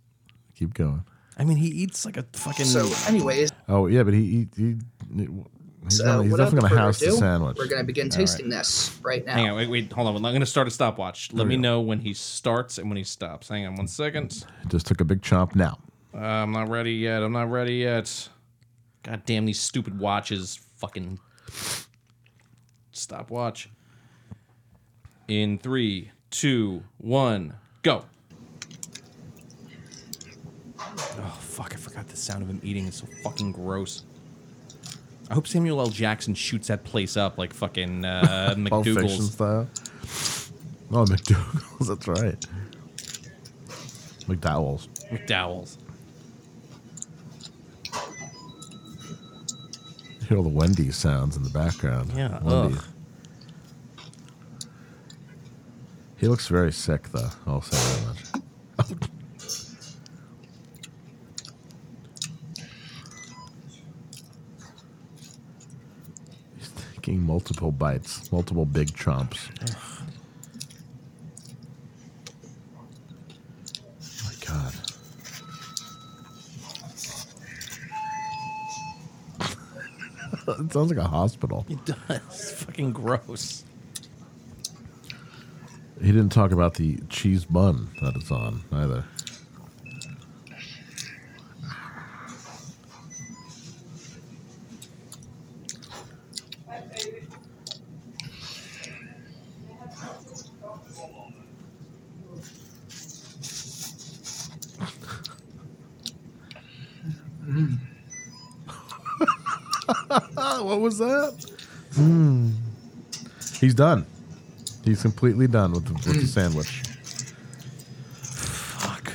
Keep going.
I mean, he eats like a fucking.
So, anyways, uh,
Oh yeah, but he he, he he's,
so
gonna, he's
without
definitely gonna
further
house the
ado,
sandwich.
We're gonna begin tasting this right now.
Hang on, wait, wait, hold on. I'm going to start a stopwatch. Let me know when he starts and when he stops. Hang on one second.
Just took a big chomp now.
Uh, I'm not ready yet. I'm not ready yet. God damn these stupid watches. Fucking stopwatch. In three, two, one, go. Oh, fuck. I forgot the sound of him eating. It's so fucking gross. I hope Samuel L. Jackson shoots that place up like fucking uh,
Pulp Fiction
McDougal's.
style. Oh, McDougal's. That's right. McDowell's.
McDowell's.
You hear all the Wendy's sounds in the background.
Yeah,
Wendy's.
ugh.
He looks very sick, though. I'll say that much. He's taking multiple bites, multiple big chomps. Oh my god. It sounds like a hospital.
It does. It's fucking gross.
He didn't talk about the cheese bun that it's on either. what was that? Hmm. He's done. He's completely done with the, with
Mm.
the sandwich.
Fuck.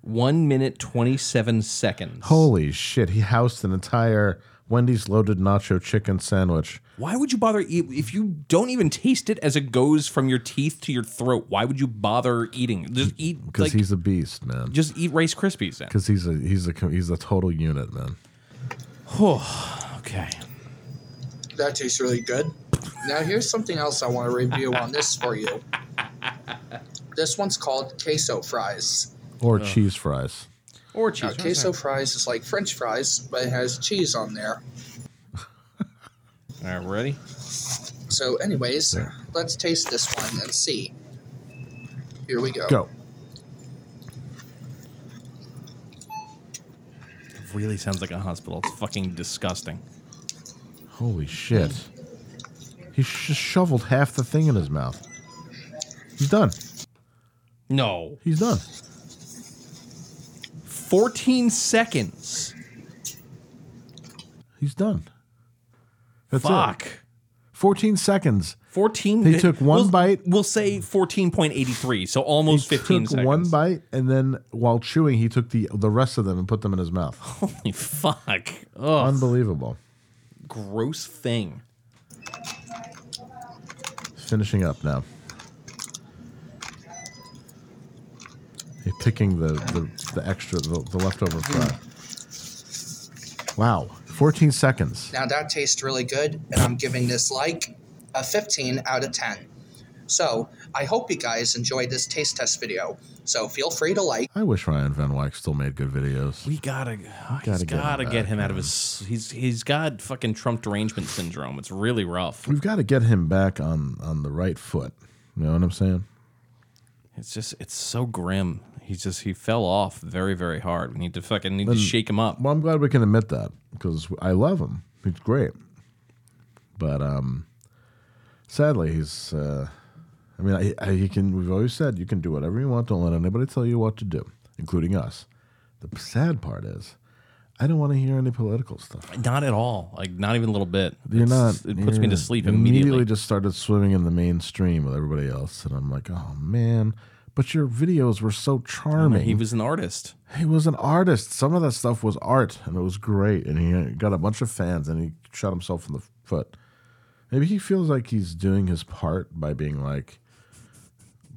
One minute twenty-seven seconds.
Holy shit! He housed an entire Wendy's loaded nacho chicken sandwich.
Why would you bother eat if you don't even taste it as it goes from your teeth to your throat? Why would you bother eating? Just eat
Because
like
he's a beast, man.
just eat Rice Krispies then.
Because he's a he's a co- he's a total unit, man.
Okay.
that tastes really good. Now, here's something else I want to review on this for you. This one's called queso fries.
Or cheese fries.
Or
Now,
cheese.
queso fries is like French fries, but it has cheese on there.
All right, ready?
So, anyways, let's taste this one and see. Here we go.
Go.
It really sounds like a hospital. It's fucking disgusting.
Holy shit! He sh- just shoveled half the thing in his mouth. He's done.
No.
He's done.
Fourteen seconds.
He's done. That's it.
Fuck.
Fourteen seconds.
14
He took one
we'll-
bite.
We'll say 14.83, so almost 15
took
seconds.
one bite, and then while chewing, he took the the rest of them and put them in his mouth.
Holy fuck. Ugh.
Unbelievable.
gross thing.
finishing up now. You're picking the, the, the extra, the, the leftover fry. Wow. 14 seconds.
Now, that tastes really good, and I'm giving this like a 15 out of 10. So, I hope you guys enjoyed this taste test video. So, feel free to like.
I wish Ryan Van Wyck still made good videos.
We gotta, ah, he's
Gotta get him
gotta get
back,
him out of his. He's he's got fucking Trump derangement syndrome. It's really rough.
We've got to get him back on, on the right foot. You know what I'm saying?
It's just it's so grim. He just he fell off very very hard. We need to fucking need to shake him up.
Well, I'm glad we can admit that because I love him. He's great. But um, sadly, he's. Uh, I mean, I, I, he can. We've always said you can do whatever you want. Don't let anybody tell you what to do, including us. The sad part is, I don't want to hear any political stuff.
Not at all. Like not even a little bit.
You're
It's-
not.
It puts me
you're-
to sleep
you
immediately.
Just started swimming in the mainstream with everybody else, and I'm like, oh man. But your videos were so charming.
he was an artist.
He was an artist. Some of that stuff was art, and it was great. And he got a bunch of fans, and he shot himself in the foot. Maybe he feels like he's doing his part by being like,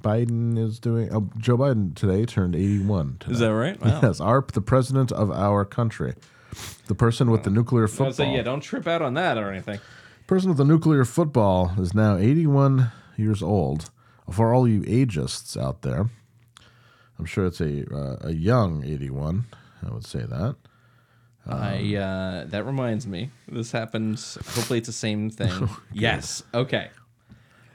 Biden is doing. Oh, Joe Biden today turned eighty-one. Today.
Is that right? Wow.
Yes, our the president of our country, the person with the nuclear
I would
football.
say yeah. Don't trip out on that or anything.
Person with the nuclear football is now 81 years old. For all you ageists out there, I'm sure it's a uh, a young 81. I would say that.
I
Um,
uh, that reminds me. This happens. Hopefully, it's the same thing. yes. Okay.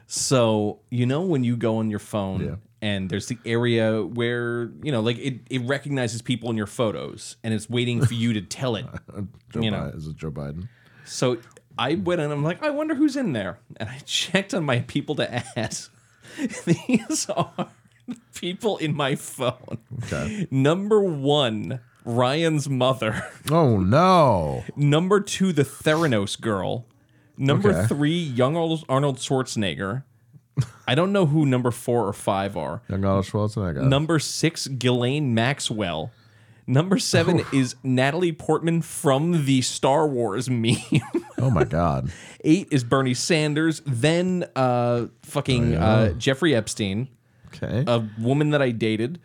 So you know when you go on your phone
Yeah.
and there's the area where you know, like it, it recognizes people in your photos and it's waiting for you to tell it.
Joe Biden,
You know.
Is it Joe Biden?
So I went and I'm like, I wonder who's in there. And I checked on my people to ask. These are the people in my phone.
Okay.
Number one, Ryan's mother.
Oh, no.
Number two, the Theranos girl. Number
Okay.
three, young Arnold Arnold Schwarzenegger. I don't know who number four or five are.
Young Arnold Schwarzenegger.
Number six, Ghislaine Maxwell. Number seven is Natalie Portman from the Star Wars meme.
oh, my God.
Eight is Bernie Sanders. Then uh, fucking uh, Jeffrey Epstein,
Okay.
a woman that I dated.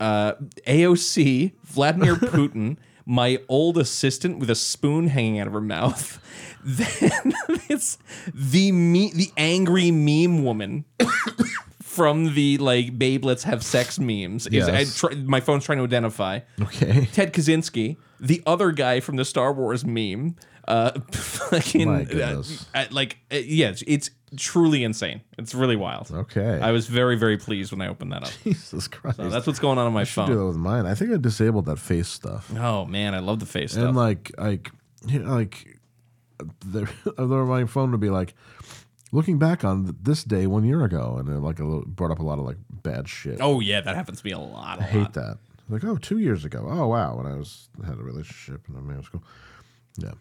Uh, AOC, Vladimir Putin, my old assistant with a spoon hanging out of her mouth. Then it's the me- the angry meme woman. From the like, babe, let's have sex memes. Is, I
Yes.
try, my phone's trying to identify.
okay.
Ted Kaczynski, the other guy from the Star Wars meme. Uh, fucking,
My
uh,
goodness.
uh, like, uh, yeah, it's, it's truly insane. It's really wild.
Okay.
I was very, very pleased when I opened that up.
Jesus Christ.
So that's what's going on on my
should do that
phone.
with mine. I think I disabled that face stuff.
Oh man, I love the face stuff.
And like, like, you know, like, the, my phone would be like, looking back on th- this day one year ago, and it like a little, brought up a lot of like bad shit.
oh yeah, that happens to me a lot. a
I hate
lot.
that. Like, oh, two years ago. Oh wow, when I was had a relationship and I'm in school. Yeah.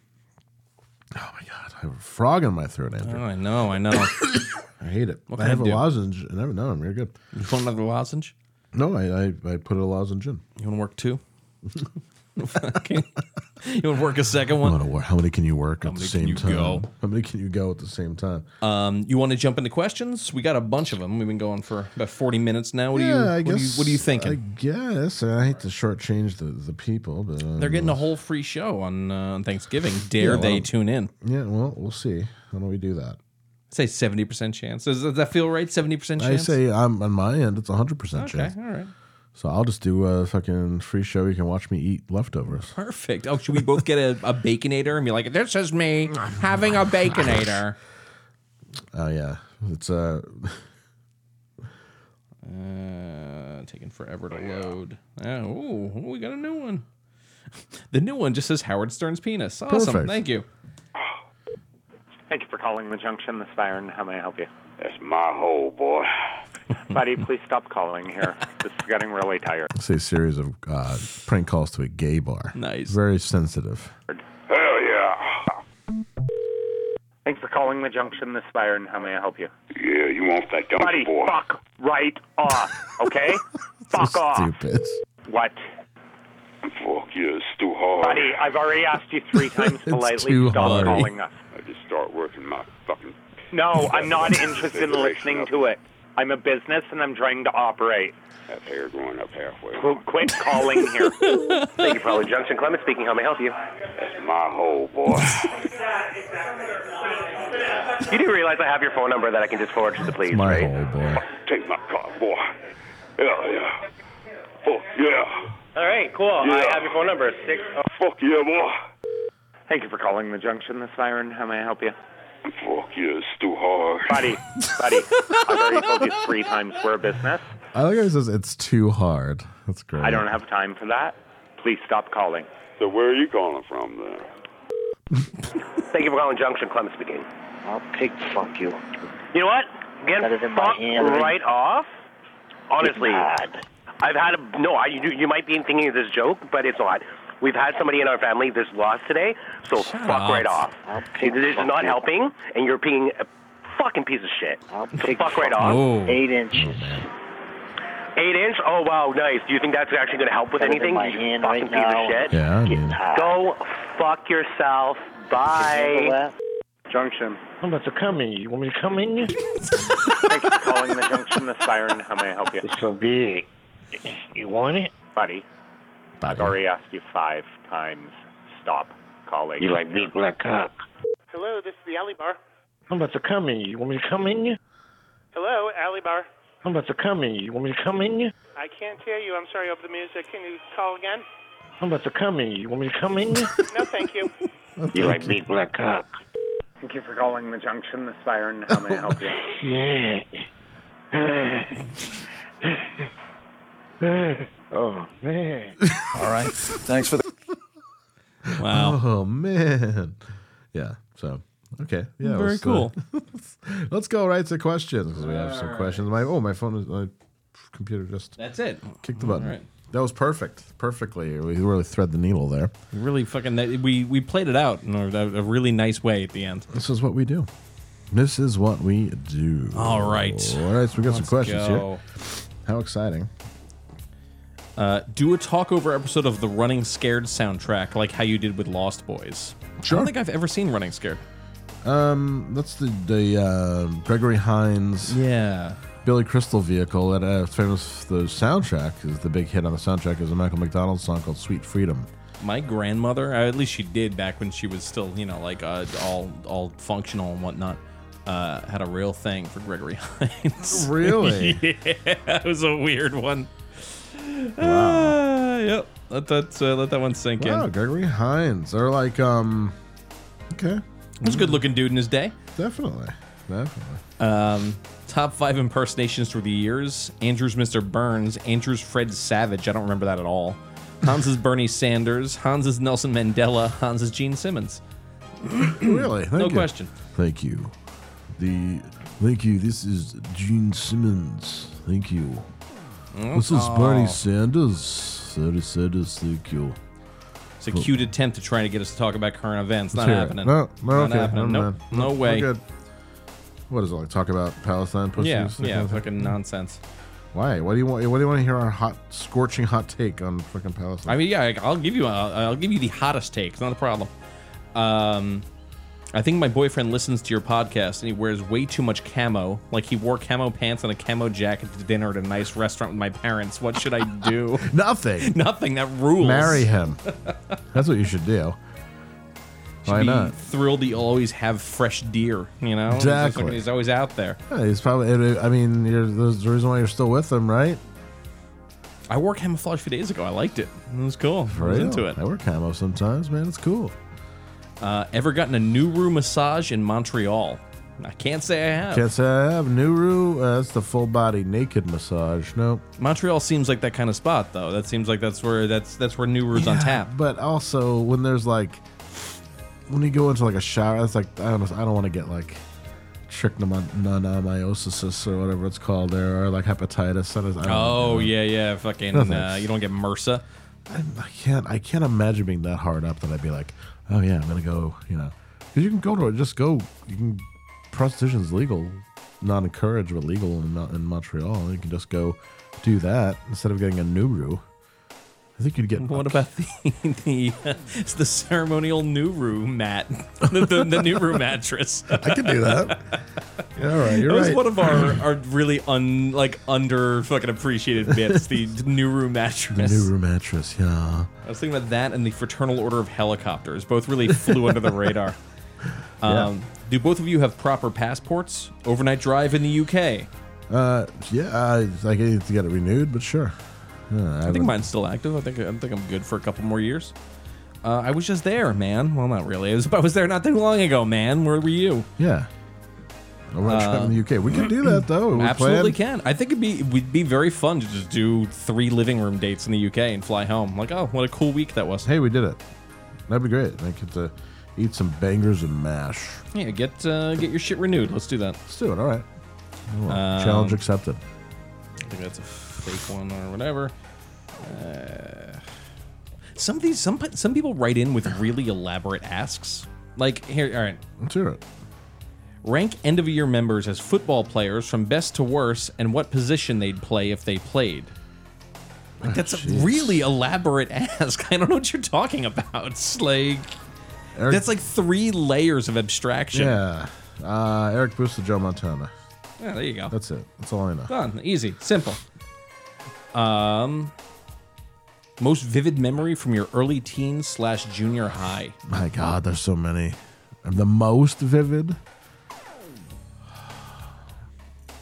Oh my god, I have a frog in my throat,
Oh,
Andrew.
I know, I know. you
I hate it. I
can
have
I
a
do?
lozenge, and I no, I'm you're good.
want another lozenge?
No, I, I I put a lozenge in.
You want to work two? Fucking- you want to work a second
I
one?
wanna work- How many can you work at the
many can
same
you
time?
go?
How many can you go at the same time?
You want to jump into questions? We got a bunch of them. We've been going for about forty minutes now. What do you?
yeah, I
what,
guess.
do you what are you thinking?
I guess uh, I hate to shortchange the, the people, but um,
They're getting a whole free show on uh, on Thanksgiving. Dare
well,
they
I'm-
tune in?
yeah. Well, we'll see. How do we do that?
Say seventy percent chance. Does, does that feel right? Seventy percent
I
chance.
say I'm on my end. It's hundred percent
okay.
chance.
All right.
So I'll just do a fucking free show. You can watch me eat leftovers.
Perfect. Oh, should we both get a, a baconator and be like, "This is me having a baconator."
Oh yeah, it's uh
Uh, taking forever to load. Oh, ooh, we got a new one. The new one just says Howard Stern's penis. Awesome.
Perfect.
Thank you.
Thank you for calling the junction. This Byron. How may I help you?
That's my hole, boy.
Buddy, please stop calling here. This is getting really tired.
it's a series of uh, prank calls to a gay bar.
Nice.
Very sensitive.
Hell yeah.
Thanks for calling the junction. This Byron. How may I help you?
Yeah, you want that donkey
Buddy,
boy.
fuck right off, okay? fuck off.
Stupid.
What?
Fuck yeah, it's too hard.
Buddy, I've already asked you three times
too
politely. Stop
hard.
calling us.
I just start working my fucking.
No, I'm not interested in listening to it. I'm a business and I'm trying to operate.
That hair going up halfway.
Qu- Quit calling here. Thank you for calling Junction. Clement speaking. How may I help you?
That's my hole, boy.
You do realize I have your phone number that I can just forward to the police,
My whole boy.
Take my car, boy. Hell yeah. Fuck yeah.
All right, cool.
I have your
phone number. Six.
Fuck yeah, boy.
Thank you for calling the Junction. This Byron. How may I help you?
Fuck yeah, it's too hard.
Buddy, buddy, I've already told you three times we're a business.
I like how he says it's too hard. That's great.
I don't have time for that. Please stop calling.
So where are you calling from then?
Thank you for calling Junction. Clement speaking.
I'll pig fuck you.
You know what? Get
Better than my
fucked
hand, right?
right off. Honestly,
God.
I've had a no. I, you, you might be thinking of this joke, but it's not. We've had somebody in our family that's lost today, so fuck
up.
right off.
I'll pig
This is
fuck
not
you.
helping, and you're being a fucking piece of shit.
I'll
So
pig
fuck right
fuck
off.
Oh.
Eight inches.
Eight inch. Oh wow, nice. Do you think that's actually going to help with
Better than
anything?
my
you
hand
fucking
right
piece
now.
of shit.
Yeah, I
Getting
mean,
hot.
Go fuck yourself.
Handle
Bye.
that.
Junction.
I'm about to come in. You want me to come in?
Thanks for calling the junction. This siren. How may I help you,
It's so big. You want it?
buddy? I've already asked you five times. Stop calling.
You like big black cock.
Hello, this is the Alley Bar.
I'm about to come in. You want me to come in?
Hello, Alley Bar.
I'm about to come in. You want me to come in?
I can't hear you. I'm sorry. Over the music. Can you call again?
I'm about to come in. You want me to come in?
No, thank you.
you like big black cock.
Thank you for calling the junction. This siren. How may I help you?
Yeah. oh man.
All right.
Thanks for the.
Wow.
Oh man. Yeah. So okay. Yeah.
Very
let's, uh,
cool.
let's go right to questions 'cause we have some questions. My oh, my phone is my computer just
That's it.
kicked the button.
All right.
That was perfect. Perfectly. We really thread the needle there.
Really fucking. That, we we played it out in a, a really nice way at the end.
This is what we do. This is what we do.
All right.
All right. So we got some
Let's
questions
go.
here. How exciting!
Uh, do a talk over episode of the Running Scared soundtrack, like how you did with Lost Boys. I
Sure.
don't think I've ever seen Running Scared.
Um, that's the the uh, Gregory Hines.
Yeah.
Billy Crystal vehicle that uh, famous the soundtrack is the big hit on the soundtrack is a Michael McDonald song called Sweet Freedom.
My grandmother, uh, at least she did back when she was still, you know, like uh, all all functional and whatnot. Uh, had a real thing for Gregory Hines.
Really?
yeah, that was a weird one. Uh, yep. Let that uh, let that one sink
Wow,
in.
Gregory Hines. They're like um, okay,
He was a good looking dude in his day.
definitely, definitely.
Um, top five impersonations through the years: Andrew's Mr. Burns, Andrew's Fred Savage. I don't remember that at all. Hans's Bernie Sanders, Hans's Nelson Mandela, Hans's Gene Simmons.
really? Thank
Hmm. no
you.
question.
Thank you. The thank you. This is Gene Simmons. Thank you. This is Bernie
Oh.
Sanders. Sanders, Sanders. Thank you.
It's a cute attempt to try to get us to talk about current events. Not
Let's hear it.
happening.
No, no,
Not
okay.
happening.
never
Nope.
mind.
No
We're
way.
good. What is it like? Talk about Palestine pussies?
Yeah,
that
yeah,
kind of thing?
fucking nonsense.
Why? What do you want? What do you want to hear? Our hot, scorching hot take on fucking Palestine.
I mean, yeah, like, I'll give you, i I'll give you the hottest take. It's not a problem. Um, I think my boyfriend listens to your podcast and he wears way too much camo. Like he wore camo pants and a camo jacket to dinner at a nice restaurant with my parents. What should I do?
Nothing.
Nothing. That rules.
Marry him. That's what you should do.
Should
Why
be
not?
Thrilled that you always have fresh deer. You know, He's just
Exactly.
fucking- He's always out there.
Yeah, he's probably. I mean, you're, there's the reason why you're still with him, right?
I wore camouflage a few days ago. I liked it. It was cool. I
For
was
real.
into it.
I wear camo sometimes, man. It's cool.
Uh, ever gotten a Nuru massage in Montreal? I can't say I have.
Can't say I have Nuru. Uh, that's the full body naked massage. Nope.
Montreal seems like that kind of spot, though. That seems like that's where that's that's where Nuru's on
Yeah,
tap.
But also when there's like when you go into like a shower, that's like I don't know, I don't want to get like trichomoniasis or whatever it's called there, or like hepatitis. I don't- I don't
Oh
know.
yeah, yeah. Fucking,
No,
uh,
thanks.
you don't get MRSA.
I can't. I can't imagine being that hard up that I'd be like, oh yeah, I'm gonna go. You know, because you can go to it. Just go. You can. Prostitution's legal, not encouraged, but legal in, Mo- in Montreal. You can just go do that instead of getting a Nuru. I think you'd get.
What about the the uh, it's the ceremonial Nuru mat, the, the, the Nuru mattress?
I can do that. Yeah, all right,
It
you're
was
right.
one of our, our really un like under fucking appreciated bits. The Nuru mattress.
The Nuru mattress. Yeah.
I was thinking about that and the Fraternal Order of Helicopters. Both really flew under the radar. Um, Do both of you have proper passports? Overnight drive in the UK. I,
Uh, yeah. I, I need to get it renewed, but sure. Yeah, I,
think mine's still active. I think I think I'm good for a couple more years. Uh, I was just there, man. Well, not really. I was, I was there not too long ago, man. Where were you?
Yeah. We're not
Uh,
traveling in the UK. We can do that though. We
Absolutely
planned-
can. I think it'd be it would be very fun to just do three living room dates in the UK and fly home. Like, oh, what a cool week that was.
Hey, we did it. That'd be great. I get to eat some bangers and mash.
Yeah, get uh, get your shit renewed. Let's do that.
Let's do it. All right. Oh, well,
Um,
challenge accepted.
I think that's a fake one or whatever. Uh, some of these, some pe- some people write in with really elaborate asks. Like here, all right.
Let's hear it.
Rank end of year members as football players from best to worst, and what position they'd play if they played. Like that's a
jeez.
really elaborate ask. I don't know what you're talking about. It's like
Eric-
that's like three layers of abstraction.
Yeah. Uh, Eric Busta, Joe Montana.
Yeah, there you go.
That's it. That's all I know.
Done. Easy. Simple. Um, most vivid memory from your early teens slash junior high.
My God, there's so many. I'm the most vivid.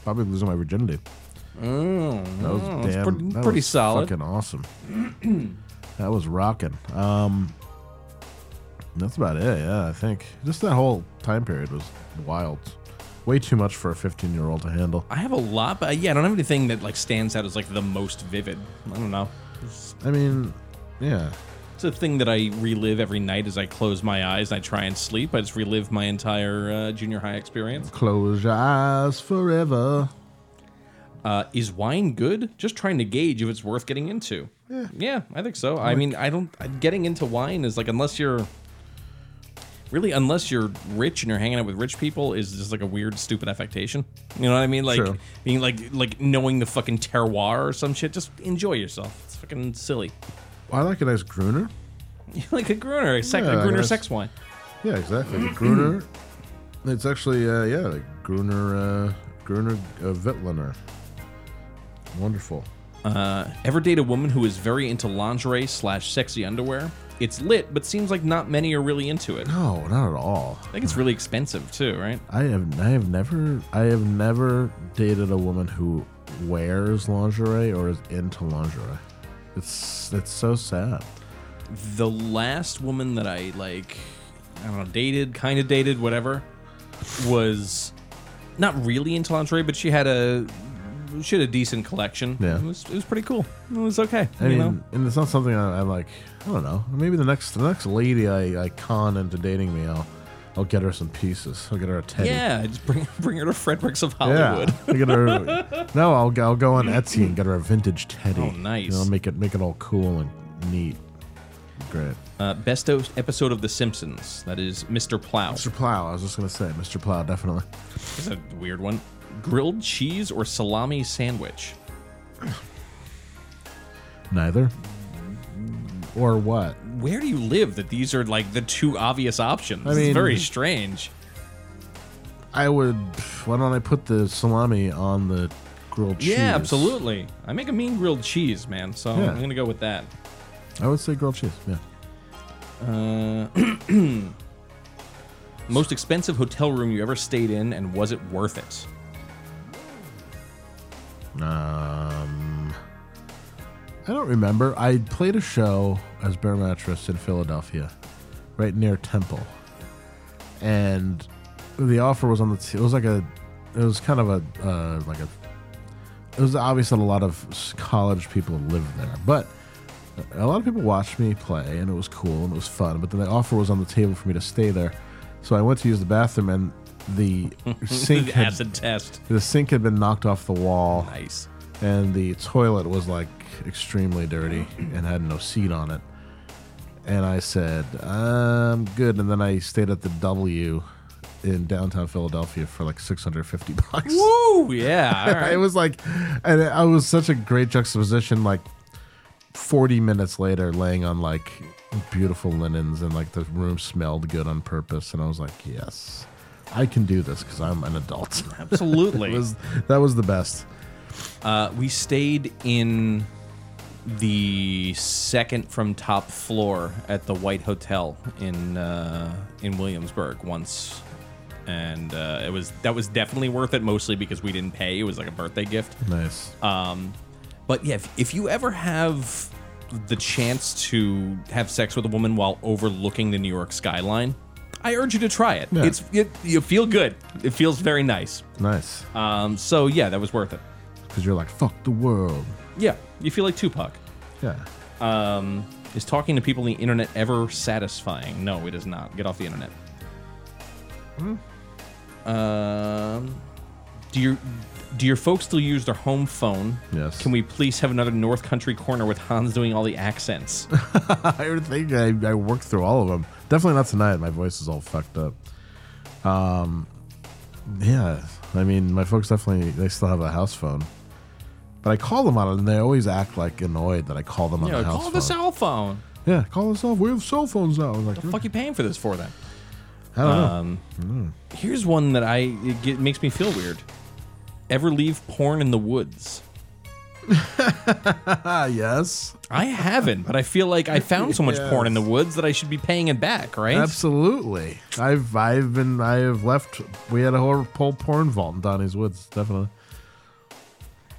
Probably losing my virginity.
Oh,
That was
mm, that's
damn.
pretty,
that
pretty
was
solid.
Fucking awesome. That was rocking. Um, that's about it. Yeah, I think just that whole time period was wild. Way too much for a 15 year old to handle.
I have a lot, but yeah, I don't have anything that like stands out as like the most vivid. I don't know. It's,
I mean, yeah.
it's a thing that I relive every night as I close my eyes and I try and sleep. I just relive my entire uh, junior high experience.
Close your eyes forever.
Uh, is wine good? Just trying to gauge if it's worth getting into.
Yeah.
I think so. I mean, I don't. I- Getting into wine is like unless you're really unless you're rich and you're hanging out with rich people is just like a weird, stupid affectation. You know what I mean? Like
True.
being like like knowing the fucking terroir or some shit. Just enjoy yourself. It's fucking silly.
I like a nice Gruner.
like a Gruner, a, sec-
Yeah,
a
I
Gruner
guess.
sex wine.
Yeah, exactly. The Gruner. It's actually uh, yeah, the Gruner uh, Gruner uh, Vitliner. Wonderful.
Uh, ever date a woman who is very into lingerie slash sexy underwear? It's lit, but seems like not many are really into it.
No, not at all.
I think it's really expensive too, right?
I have I have never I have never dated a woman who wears lingerie or is into lingerie. It's it's so sad.
the last woman that I like, I don't know, dated, kind of dated, whatever, was not really into lingerie, but she had a she had a decent collection.
Yeah.
it was, it was pretty cool. It was okay.
I
you
mean,
know,
and it's not something I, I like. I don't know. Maybe the next the next lady I, I con into dating me, I'll I'll get her some pieces. I'll get her a teddy.
yeah, just bring bring her to Fredericks of Hollywood.
Yeah, I get her. no, I'll, go- I'll go on Etsy and get her a vintage teddy.
Oh, nice.
You know, make it make it all cool and neat. Great.
Uh, best o- episode of The Simpsons. That is Mr. Plow.
Mr. Plow, I was just gonna say, Mr. Plow, definitely.
It's a weird one. Grilled cheese or salami sandwich.
Neither. Or what?
Where do you live that these are like the two obvious options?
I
it's
mean-
very strange.
I would. Why don't I put the salami on the grilled cheese?
Yeah, absolutely. I make a mean grilled cheese, man. So
Yeah.
I'm gonna go with that.
I would say grilled cheese. Yeah.
Uh, most expensive hotel room you ever stayed in, and was it worth it?
Um, I don't remember. I played a show as Bear Mattress in Philadelphia, right near Temple, and the offer was on the. T- it was like a. It was kind of a uh, like a. It was obvious that a lot of s- college people lived there, but a lot of people watched me play, and it was cool and it was fun. But then the offer was on the table for me to stay there, so I went to use the bathroom, and the sink
The
had
acid test.
the sink had been knocked off the wall.
Nice.
And the toilet was like extremely dirty and had no seat on it. And I said, I'm good. And then I stayed at the W in downtown Philadelphia for like 650 bucks.
Woo! Yeah. All right.
it was like, and I was such a great juxtaposition. Like 40 minutes later, laying on like beautiful linens and like the room smelled good on purpose. And I was like, yes, I can do this because I'm an adult.
Absolutely.
It was- that was the best.
Uh, we stayed in the second from top floor at the White Hotel in uh, in Williamsburg once, and uh, it was that was definitely worth it. Mostly because we didn't pay; it was like a birthday gift.
Nice.
Um, but yeah, if, if you ever have the chance to have sex with a woman while overlooking the New York skyline, I urge you to try it.
Yeah.
It's it, you feel good. It feels very nice.
Nice.
Um, so yeah, that was worth it.
Because you're like, fuck the world.
Yeah, you feel like Tupac.
Yeah.
Um, is talking to people on the internet ever satisfying? No, it is not. Get off the internet. Um, do your do your folks still use their home phone?
Yes.
Can we please have another North Country corner with Hans doing all the accents?
I would think I, I worked through all of them. Definitely not tonight. My voice is all fucked up. Um, yeah. I mean, my folks definitely, they still have a house phone. But I call them on it, and they always act like annoyed that I call them on
yeah,
the house
call
phone.
the cell phone.
yeah, call us off. We have cell phones now. I was like,
The fuck you paying for this for then?
I don't
Um, Here's one that I it get, makes me feel weird. Ever leave porn in the woods?
know. Ah, yes.
I haven't, but I feel like I found so much porn in the woods that I should be paying it back, right?
Absolutely. I've I've been I have left we had a whole, whole porn vault in Donnie's Woods, definitely.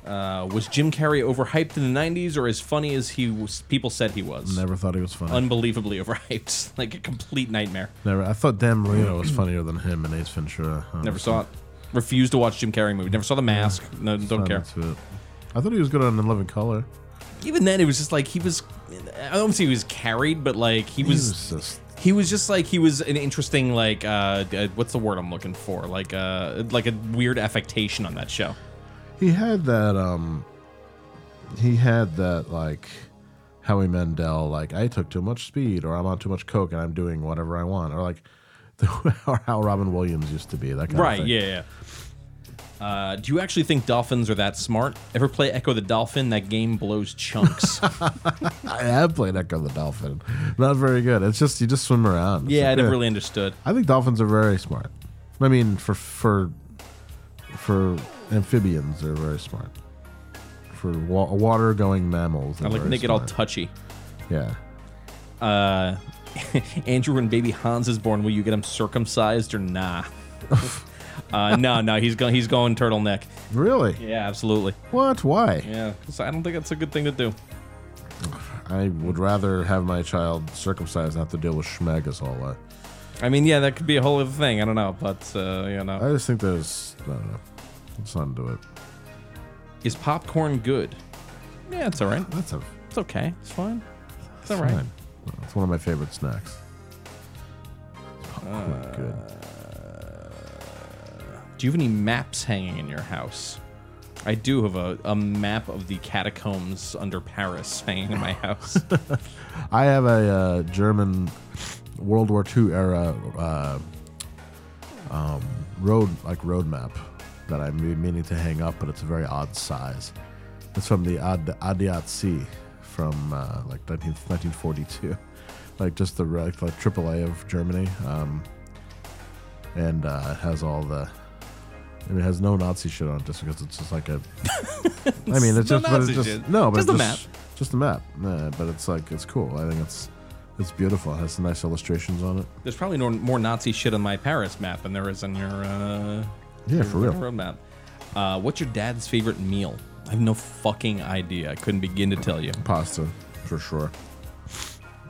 Uh, was Jim Carrey overhyped in the '90s, or as funny as he was, people said he was?
Never thought he was funny.
Unbelievably overhyped, like a complete nightmare.
Never. I thought Dan Marino was funnier than him and Ace Ventura.
Never saw it. Refused to watch Jim Carrey movie. Never saw The Mask. No, don't care.
I thought he was good on In Love and Color.
Even then, it was just like he was. I don't say he was carried, but like he was. He was just, like he was an interesting like uh, uh, what's the word I'm looking for like uh like a weird affectation on that show.
He had that. Um, he had that like Howie Mandel. Like I took too much speed, or I'm on too much coke, and I'm doing whatever I want, or like. or how Robin Williams used to be that kind
Right?
of thing.
Yeah. yeah. Uh, do you actually think dolphins are that smart? Ever play Echo the Dolphin? That game blows chunks.
I have played Echo the Dolphin. Not very good. It's just you just swim around. It's
yeah, I
like,
never really understood.
I think dolphins are very smart. I mean, for for for amphibians, they're very smart. For wa- water-going mammals,
I
they're
like when
very
they get all
smart.
touchy.
yeah.
uh, Andrew, when baby Hans is born, will you get him circumcised or nah? uh, no, no, he's going. He's going turtleneck.
Really?
Yeah, absolutely.
What? Why?
Yeah, 'cause I don't think that's a good thing to do.
I would rather have my child circumcised, not to deal with schmegas all that.
I mean, yeah, that could be a whole other thing. I don't know, but uh, you know,
I just think there's. I don't know. Let's not do it.
is popcorn good? Yeah, it's all right.
That's a.
It's okay. It's fine. It's all right.
Fine. It's one of my favorite snacks.
Uh,
Popcorn, good.
Do you have any maps hanging in your house? I do have a, a map of the catacombs under Paris hanging in my house.
I have a uh, German World War II era uh, um, road like road map that I'm re- meaning to hang up, but it's a very odd size. It's from the Ad- Adiazzi from uh, like 19, 1942, like just the re- like AAA of Germany, um, and uh, it has all the. I mean, it has no Nazi shit on it just because it's just like a. I mean, it's
No
just, but it's
Nazi
just
shit.
no, but
Just
it's
a
just, just a map. Yeah, but it's like it's cool. I think it's it's beautiful. It has some nice illustrations on it.
There's probably no, more Nazi shit on my Paris map than there is on your uh,
Yeah,
your
for real.
road map. Uh, what's your dad's favorite meal? I have no fucking idea. I couldn't begin to tell you.
Pasta, for sure.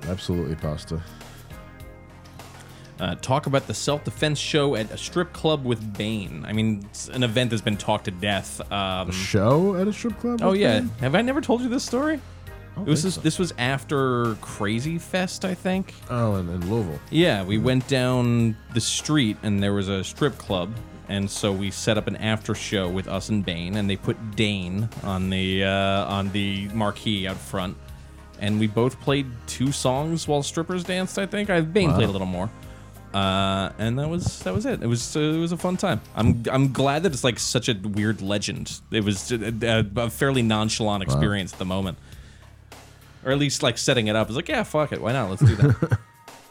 Absolutely pasta.
Mm-hmm. Uh, talk about the self defense show at a strip club with Bane. I mean, it's an event that's been talked to death. Um,
Show at a strip club. Oh,
Oh
with
yeah,
them?
have I never told you this story? It was
think
this, this was after Crazy Fest, I think.
Oh, in, in Louisville.
Yeah, we went down the street and there was a strip club, and so we set up an after show with us and Bane, and they put Dane on the uh, on the marquee out front, and we both played two songs while strippers danced. I think I Bane
Wow.
played a little more, uh, and that was that was it. It was uh, it was a fun time. I'm I'm glad that it's like such a weird legend. It was a, a, a fairly nonchalant experience at the moment. Or at least like setting it up. It's like, yeah, fuck it. Why not? Let's do that.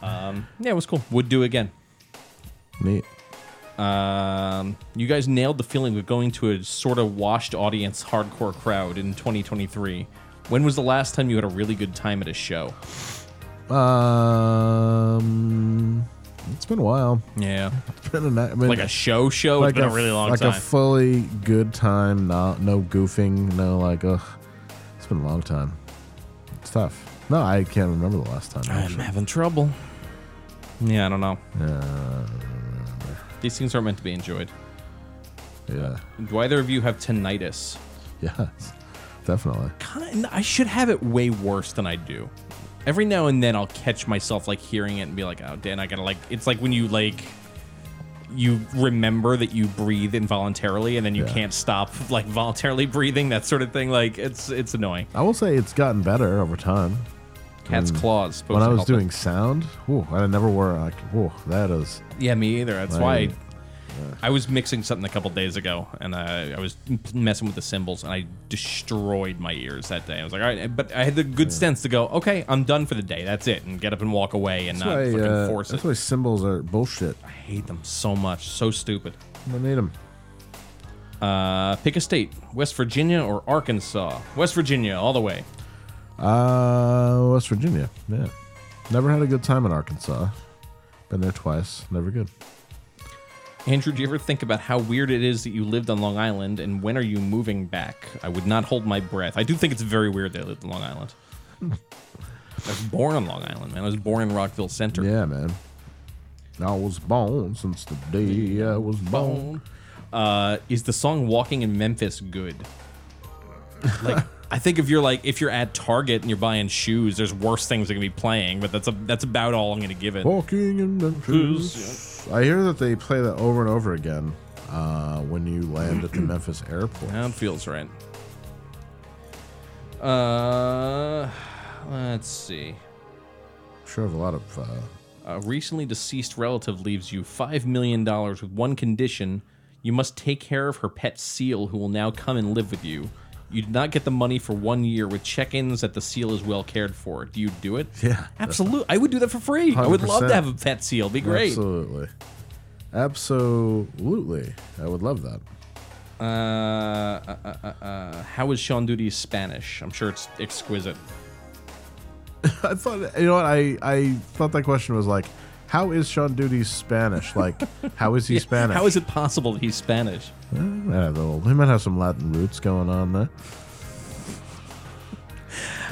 um, yeah, it was cool. Would do again.
Neat.
Um, you guys nailed the feeling of going to a sort of washed audience hardcore crowd in 2023. When was the last time you had a really good time at a show?
Um, it's been a while.
Yeah.
It's been a ni- I mean,
Like a show show? It's been a really long
like
time.
a fully good time. Not no goofing. No like ugh. It's been a long time. It's tough. No, I can't remember the last time.
I'm
actually.
having trouble. Yeah, I don't know.
Uh,
These things aren't meant to be enjoyed.
yeah.
Do either of you have tinnitus?
Yes. Definitely.
Kinda, I should have it way worse than I do. Every now and then I'll catch myself like hearing it and be like, oh, Dan, I gotta like. It's like when you like. You remember that you breathe involuntarily, and then you
Yeah.
can't stop like voluntarily breathing, that sort of thing. Like it's it's annoying.
I will say it's gotten better over time.
Cat's
Mm.
claws. supposed
When I
to
was
help it.
doing sound, ooh, I never wore like, ooh, that is.
Yeah, me either. That's
I-
why I, I was mixing something a couple days ago, and uh, I was m- messing with the cymbals, and I destroyed my ears that day. I was like, all right, eh, but I had the good sense to go, okay, I'm done for the day. That's it, and get up and walk away, and
That's
not
why,
fucking
uh,
force it.
that's why symbols are bullshit.
I hate them so much, so stupid.
I need them.
Uh, pick a state: West Virginia or Arkansas. West Virginia, all the way.
Uh, West Virginia. Yeah. Never had a good time in Arkansas. Been there twice. Never good.
Andrew, do you ever think about how weird it is that you lived on Long Island and when are you moving back? I would not hold my breath. I do think it's very weird that I lived on Long Island. I was born on Long Island, man. I was born in Rockville Center.
Yeah, man. I was born since the day I was born.
Uh, is the song Walking in Memphis good? Like, I think if you're like if you're at Target and you're buying shoes, there's worse things that can be playing, but that's a, that's about all I'm gonna give it.
Walking in Memphis. I hear that they play that over and over again uh, when you land at the Memphis airport.
That feels right. Uh, let's see.
Sure, have a lot of. Uh,
A recently deceased relative leaves you $5 million with one condition. You must take care of her pet seal, who will now come and live with you. You do not get the money for one year with check ins that the seal is well cared for. Do you do it?
Yeah.
Absolutely. I would do that for free. I would love to
100%.
have a pet seal. It'd be great.
Absolutely. Absolutely. I would love that.
Uh, uh, uh, uh, uh, how is Sean Duty's Spanish? I'm sure it's exquisite.
I thought you know what I I thought that question was like, how is Sean Duty Spanish? Like, how is he
Yeah,
Spanish?
How is it possible that he's Spanish?
Eh, he might have a little- he might have some Latin roots going on there.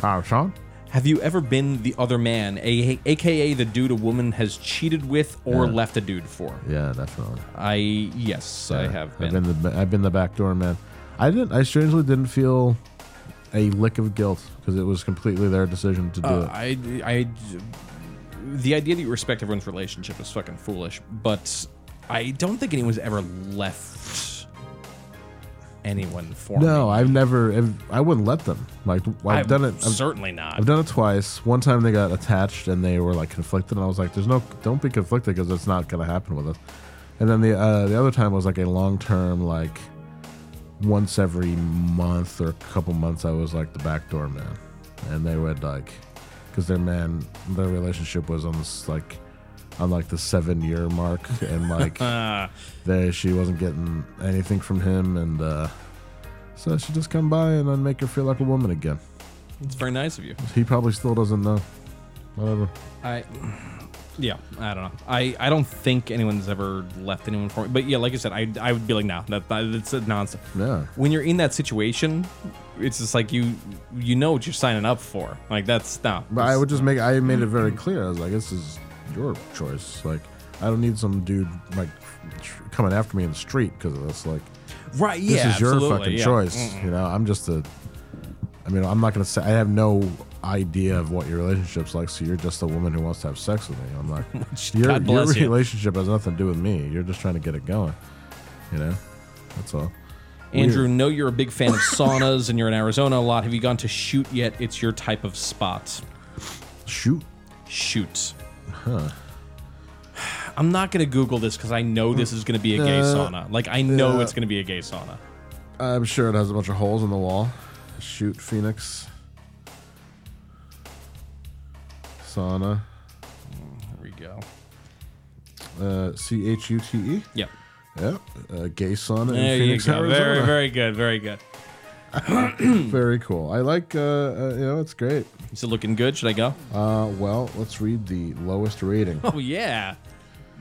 Ah, Sean.
Have you ever been the other man, a- aka the dude a woman has cheated with or
Yeah.
left a dude for?
Yeah, definitely.
I yes, I
Yeah,
have been.
I've been the I've been the back door man. I didn't. I strangely didn't feel a lick of guilt because it was completely their decision to do
Uh,
it.
I, I, the idea that you respect everyone's relationship is fucking foolish. But I don't think anyone's ever left anyone for me.
No, I've never. I've, I wouldn't let them. Like I've,
I'm
done it. I've-
certainly not.
I've done it twice. One time they got attached and they were like conflicted, and I was like, "There's no, don't be conflicted because it's not going to happen with us." And then the uh, the other time was like a long term, like once every month or a couple months, I was like the backdoor man, and they would like because their man, their relationship was on this like on like the seven year mark, and like they she wasn't getting anything from him, and uh, so she just come by and then make her feel like a woman again.
It's very nice of you.
He probably still doesn't know. Whatever.
I, yeah, I don't know. I, I don't think anyone's ever left anyone for me. But yeah, like I said, I, I would be like, nah, that, that, that's a nonsense.
Yeah.
When you're in that situation, it's just like you you know what you're signing up for. Like that's no.
But I would just make. I made it very clear. I was like, "This is your choice. Like, I don't need some dude like tr- coming after me in the street because of this. Like,
Right,
This
yeah,
is your
absolutely,
fucking
yeah.
choice.
Mm-mm.
You know, I'm just a. I mean, I'm not gonna say I have no idea of what your relationship's like. So you're just a woman who wants to have sex with me. I'm like, your,
God bless
your
you.
relationship has nothing to do with me. You're just trying to get it going. You know, that's all.
Andrew,
Weird.
know you're a big fan of saunas and you're in Arizona a lot. Have you gone to shoot yet? It's your type of spot.
Shoot.
Shoot.
Huh.
I'm not gonna Google this because I know this is gonna be a gay
Uh,
sauna. Like I know
yeah.
it's gonna be a gay sauna.
I'm sure it has a bunch of holes in the wall. Shoot, Phoenix. Sauna.
Here we go.
Uh, C H U T E.
Yep.
Yep. Uh, gay sauna
There
in
you
Phoenix,
go. Very,
Arizona.
very good. Very good.
Very cool. I like. Uh, uh, you know, it's great.
Is it looking good? Should I go?
Uh, well, let's read the lowest rating.
Oh yeah.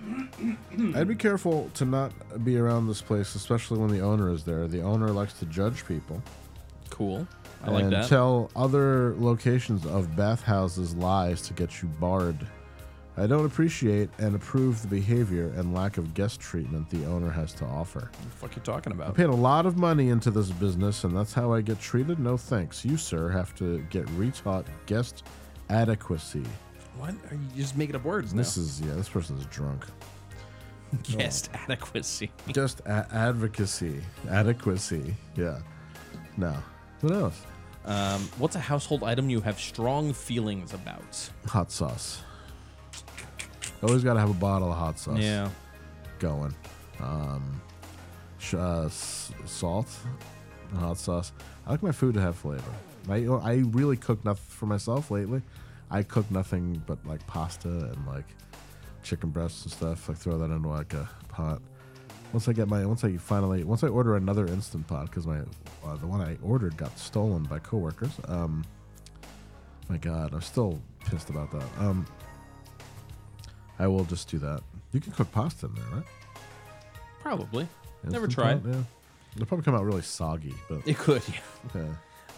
Hmm.
I'd be careful to not be around this place, especially when the owner is there. The owner likes to judge people.
Cool. I like
and
that.
tell other locations of bathhouses lies to get you barred. I don't appreciate and approve the behavior and lack of guest treatment the owner has to offer.
the fuck you talking
I
about?
paid a lot of money into this business, and that's how I get treated? No thanks. You, sir, have to get retaught guest adequacy.
What are you just making up words now?
This is, yeah, this person's drunk.
guest adequacy.
Just a- advocacy. Adequacy. Yeah. No. What else?
Um, what's a household item you have strong feelings about?
Hot sauce. Always got to have a bottle of hot sauce.
Yeah.
Going. Um, sh- uh, s- salt, and hot sauce. I like my food to have flavor. I, I really cook nothing for myself lately. I cook nothing but like pasta and like chicken breasts and stuff. Like throw that into like a pot. Once I get my once I finally once I order another instant pot because my uh, the one I ordered got stolen by coworkers. Um, my God, I'm still pissed about that. Um, I will just do that. You can cook pasta in there, right?
Probably. Never
Instant
tried.
pot, yeah. It'll probably come out really soggy, but
It could, yeah.
Yeah.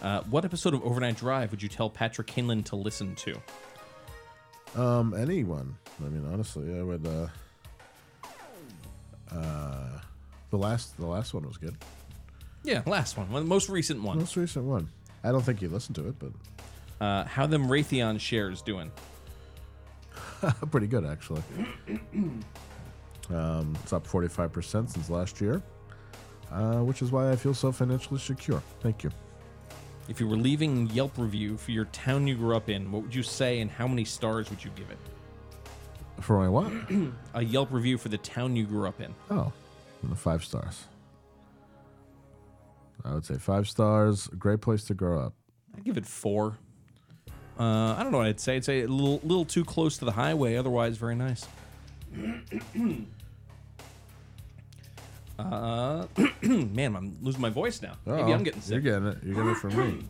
Uh, what episode of Overnight Drive would you tell Patrick Kinlan to listen to?
Um, anyone. I mean, honestly, I would. Uh, uh, the last, the last one was good.
Yeah, last one. one most recent one.
Most recent one. I don't think you listened to it, but
Uh, how them Raytheon shares doing?
pretty good actually. Um, it's up forty five percent since last year, uh, which is why I feel so financially secure. Thank you.
If you were leaving Yelp review for your town you grew up in, what would you say and how many stars would you give it?
For my what?
A Yelp review for the town you grew up in.
Oh, and the five stars. I would say five stars. a Great place to grow up.
I'd give it four. Uh, I don't know what I'd say. I'd say a little, little too close to the highway. Otherwise, very nice. Uh, man, I'm losing my voice now. Maybe
Uh-oh,
I'm getting sick.
Oh, You're getting it. You're getting it from me.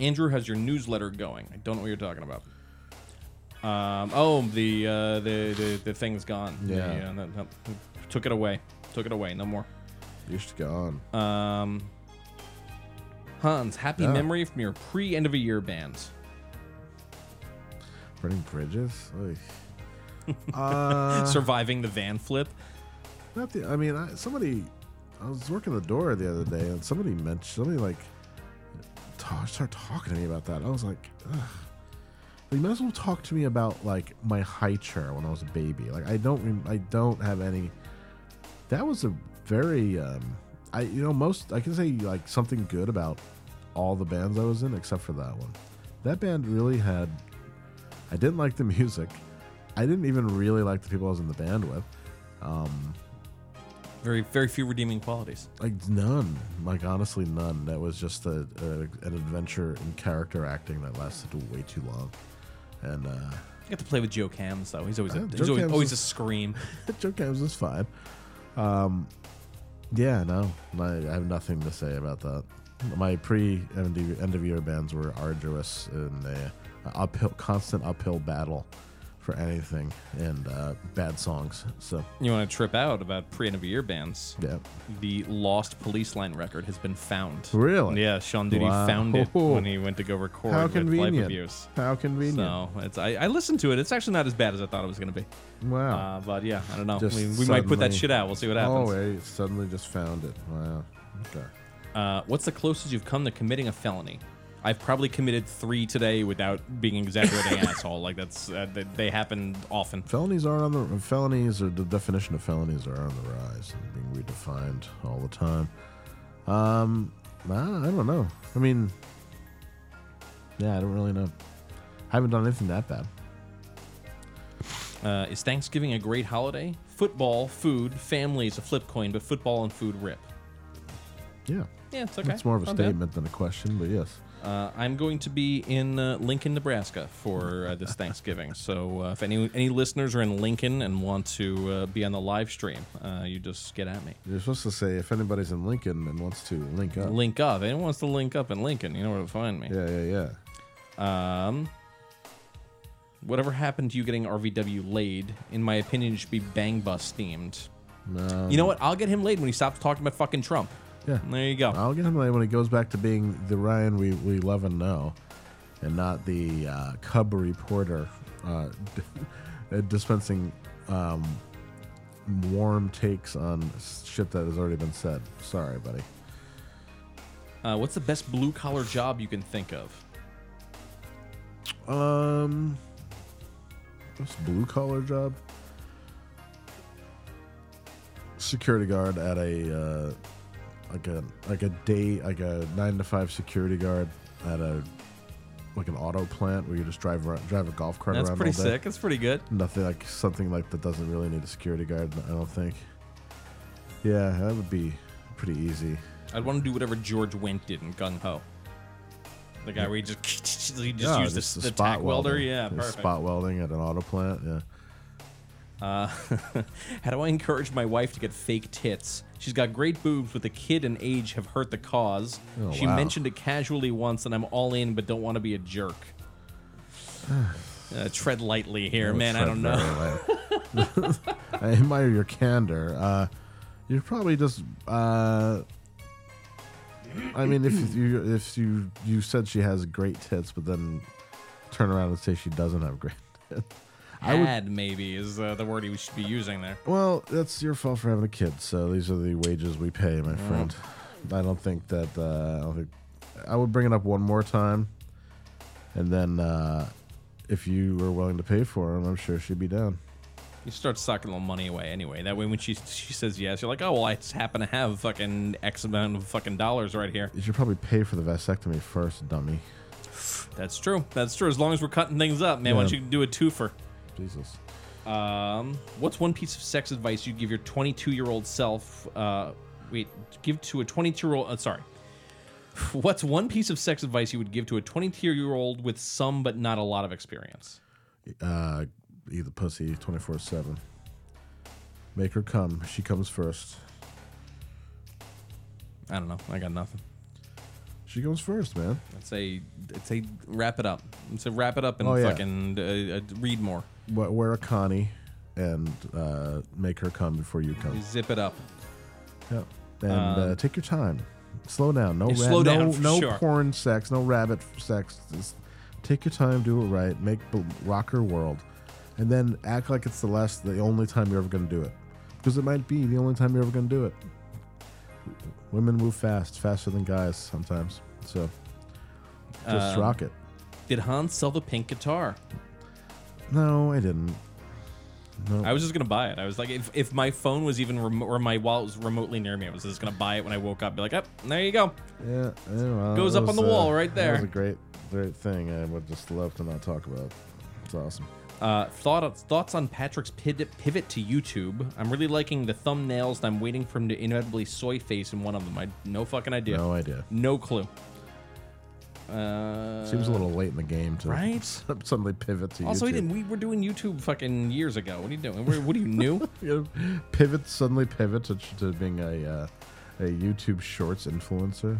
Andrew, how's your newsletter going? I don't know what you're talking about. Um, oh, the, uh, the the the thing's gone. The,
Yeah.
uh, no- no, took it away. Took it away. No more.
You're just gone.
Um, Hans, happy
Yeah.
memory from your pre end of a year bands.
Burning bridges. Oy. Uh,
Surviving the van flip.
Not the. I mean, I, somebody. I was working the door the other day, and somebody mentioned somebody like ta started talking to me about that. I was like, Ugh. you might as well talk to me about like my high chair when I was a baby. Like I don't. rem- I don't have any. That was a very. Um, I you know most I can say like something good about all the bands I was in except for that one. That band really had. I didn't like the music. I didn't even really like the people I was in the band with. Um,
Very very few redeeming qualities.
like none. Like honestly, none. That was just a, a an adventure in character acting that lasted way too long. And uh,
You got to play with Joe Cams though. He's always
Uh,
a, he's
Joe
always,
Cam's
always
is-
a scream.
Joe Cams is fine. Um, yeah, no, I, I have nothing to say about that. My pre end of year bands were arduous and a uphill, constant uphill battle for anything and uh, bad songs. So
You want to trip out about pre end of year bands?
Yeah.
The lost police line record has been found.
Really?
Yeah, Sean Diddy
Wow.
found it when he went to go record
How
with Life
convenient.
Abuse.
How convenient.
So it's I, I listened to it. It's actually not as bad as I thought it was going to be.
Wow.
Uh, but yeah, I don't know.
Just
we we might put that
suddenly-
shit out. We'll see what happens.
Oh, wait, suddenly just found it. Wow. Okay.
Uh, what's the closest you've come to committing a felony? I've probably committed three today without being exaggerating asshole. Like that's uh, they, they happen often.
Felonies are on the felonies or the definition of felonies are on the rise and being redefined all the time. Um, nah, I don't know. I mean, yeah, I don't really know. I haven't done anything that bad.
Uh, is Thanksgiving a great holiday? Football, food, family is a flip coin, but football and food rip.
Yeah.
Yeah, it's okay.
It's more of a
Not bad.
statement than a question, but yes.
Uh, I'm going to be in uh, Lincoln, Nebraska for uh, this Thanksgiving. So uh, if any any listeners are in Lincoln and want to uh, be on the live stream, uh, you just get at me.
You're supposed to say if anybody's in Lincoln and wants to link up.
Link up. Anyone wants to link up in Lincoln, you know where to find me.
Yeah, yeah,
yeah. Um, whatever happened to you getting RVW laid? In my opinion, it should be Bang Bus themed.
No.
you know what? I'll get him laid when he stops talking about fucking Trump.
Yeah.
There you go.
I'll get him later when he goes back to being the Ryan we, we love and know, and not the uh, Cub reporter uh, dispensing um, warm takes on shit that has already been said. Sorry, buddy.
Uh, what's the best blue collar job you can think of?
Um, this blue collar job, security guard at a uh, like a like a day like a nine to five security guard at a like an auto plant where you just drive around, drive a golf cart
That's
around.
pretty
all day.
sick. That's pretty good.
Nothing like something like that doesn't really need a security guard. I don't think. Yeah, that would be pretty easy.
I'd want to do whatever George Wendt did in Gung Ho. The guy where he just he just
Yeah,
used the,
the
the tack welder.
welding.
Yeah,
Just
perfect.
Spot welding at an auto plant. Yeah.
Uh, how do I encourage my wife to get fake tits? She's got great boobs, but the kid and age have hurt the cause.
Oh,
she
wow.
mentioned it casually once, and I'm all in, but don't want to be a jerk. Uh, tread lightly
That
here,
was
man. I
said
don't
very
know.
well. I admire your candor. Uh, you're probably just. Uh, I mean, if you if you you said she has great tits, but then turn around and say she doesn't have great tits. I would
Had maybe is uh, the word he should be using there.
Well, that's your fault for having a kid. So these are the wages we pay, my
Mm.
friend. I don't think that. Uh, I, don't think, I would bring it up one more time, and then uh, if you were willing to pay for him, I'm sure she'd be down.
You start sucking a little money away anyway. That way, when she she says yes, you're like, oh well, I just happen to have fucking X amount of fucking dollars right here.
You should probably pay for the vasectomy first, dummy.
That's true. That's true. As long as we're cutting things up, man. Why don't
Yeah.
you do a twofer?
Jesus.
Um, what's one piece of sex advice you'd give your 22 year old self? Uh, wait, give to a 22 year old. Uh, sorry. What's one piece of sex advice you would give to a 22 year old with some but not a lot of experience?
Uh, eat the pussy 24 7. Make her come. She comes first.
I don't know. I got nothing.
She comes first, man.
I'd say, I'd say wrap it up. I'd say wrap it up and
Oh, yeah.
fucking uh, uh, read more.
Wa- Wear a Connie and uh, make her come before you come.
Zip it up.
Yeah. And
Um,
uh, take your time. Slow down. No
Yeah,
ra-
slow down
no,
for
no
sure.
porn sex, no rabbit f- sex. Just take your time, do it right, make b- rock her world. And then act like it's the last the only time you're ever going to do it. Because it might be the only time you're ever going to do it. Women move fast, faster than guys sometimes. So just
Um,
rock it.
Did Hans sell the pink guitar?
No, I didn't. No.
I was just gonna buy it. I was like, if, if my phone was even remo- or my wallet was remotely near me, I was just gonna buy it when I woke up. Be like, yep, there you go.
Yeah, yeah, well,
Goes
that
up on the
was, uh,
wall right
That was
there.
a great, great thing. I would just love to not talk about. It's awesome.
Uh, thought thoughts on Patrick's pid- pivot to YouTube? I'm really liking the thumbnails, and I'm waiting for him to inevitably soy face in one of them. I no fucking idea.
No idea.
No clue. Uh,
Seems a little late in the game to
right?
suddenly pivot to
Also,
YouTube.
he didn't. We were doing YouTube fucking years ago. What are you doing? What, what are you new?
pivot suddenly pivot to, to being a uh, a YouTube Shorts influencer.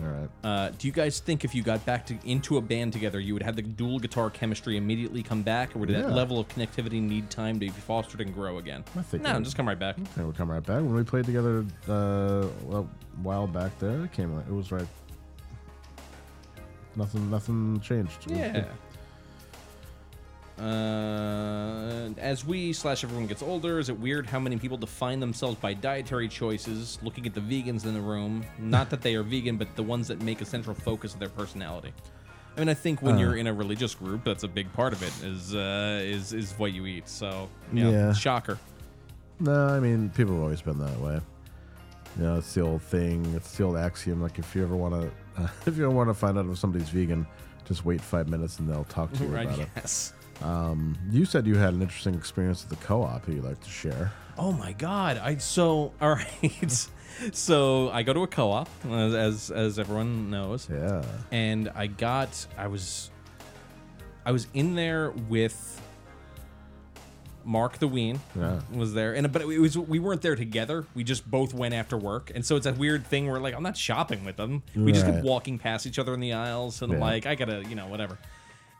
All right.
Uh, do you guys think if you got back to, into a band together, you would have the dual guitar chemistry immediately come back, or would that
Yeah.
level of connectivity need time to be fostered and grow again?
I think
no,
it-
just come right back.
Okay, we'll come right back. When we played together uh, a while back, there it came. right- It was right. Nothing. Nothing changed. It was
Yeah.
good.
Uh, as we slash everyone gets older, is it weird how many people define themselves by dietary choices? Looking at the vegans in the room, not that they are vegan, but the ones that make a central focus of their personality. I mean, I think when
Uh.
you're in a religious group, that's a big part of it. Is uh, is is what you eat. So yeah.
Yeah.
shocker.
No, I mean people have always been that way. You know, it's the old thing. It's the old axiom. Like if you ever want to, if you ever want to find out if somebody's vegan, just wait five minutes and they'll talk to you
Right,
about
yes.
it. Um, you said you had an interesting experience at the co-op. that You'd like to share?
Oh my god! I so all right. so I go to a co-op, as as, as everyone knows.
Yeah.
And I got I was I was in there with Mark the Ween
Yeah.
was there, and but it was we weren't there together. We just both went after work, and so it's that weird thing where like I'm not shopping with them. We just kept
Right.
walking past each other in the aisles, and I'm
Yeah.
like I gotta you know whatever.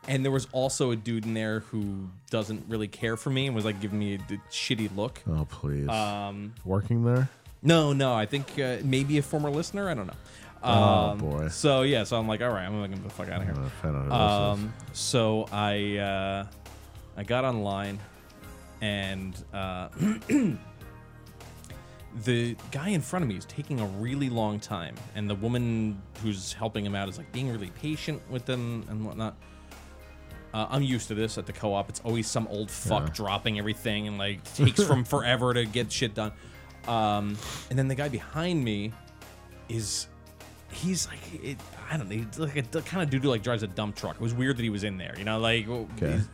And there was also a dude in there who doesn't really care for me and was like giving me a d- shitty look.
Oh please.
Um,
Working there?
no, no. I think uh, maybe a former listener. I don't know.
Oh,
Um,
boy.
So yeah, so I'm like, all right, I'm gonna get the fuck out of here.
find out who this
um, so I uh, I got online, and uh, the guy in front of me is taking a really long time, and the woman who's helping him out is like being really patient with them and whatnot. Uh, I'm used to this at the co-op. It's always some old fuck
Yeah.
dropping everything and like takes from forever to get shit done. Um, and then the guy behind me is he's like it, I don't know, he's like a kind of dude who like drives a dump truck. It was weird that he was in there, you know, like
Okay.
he's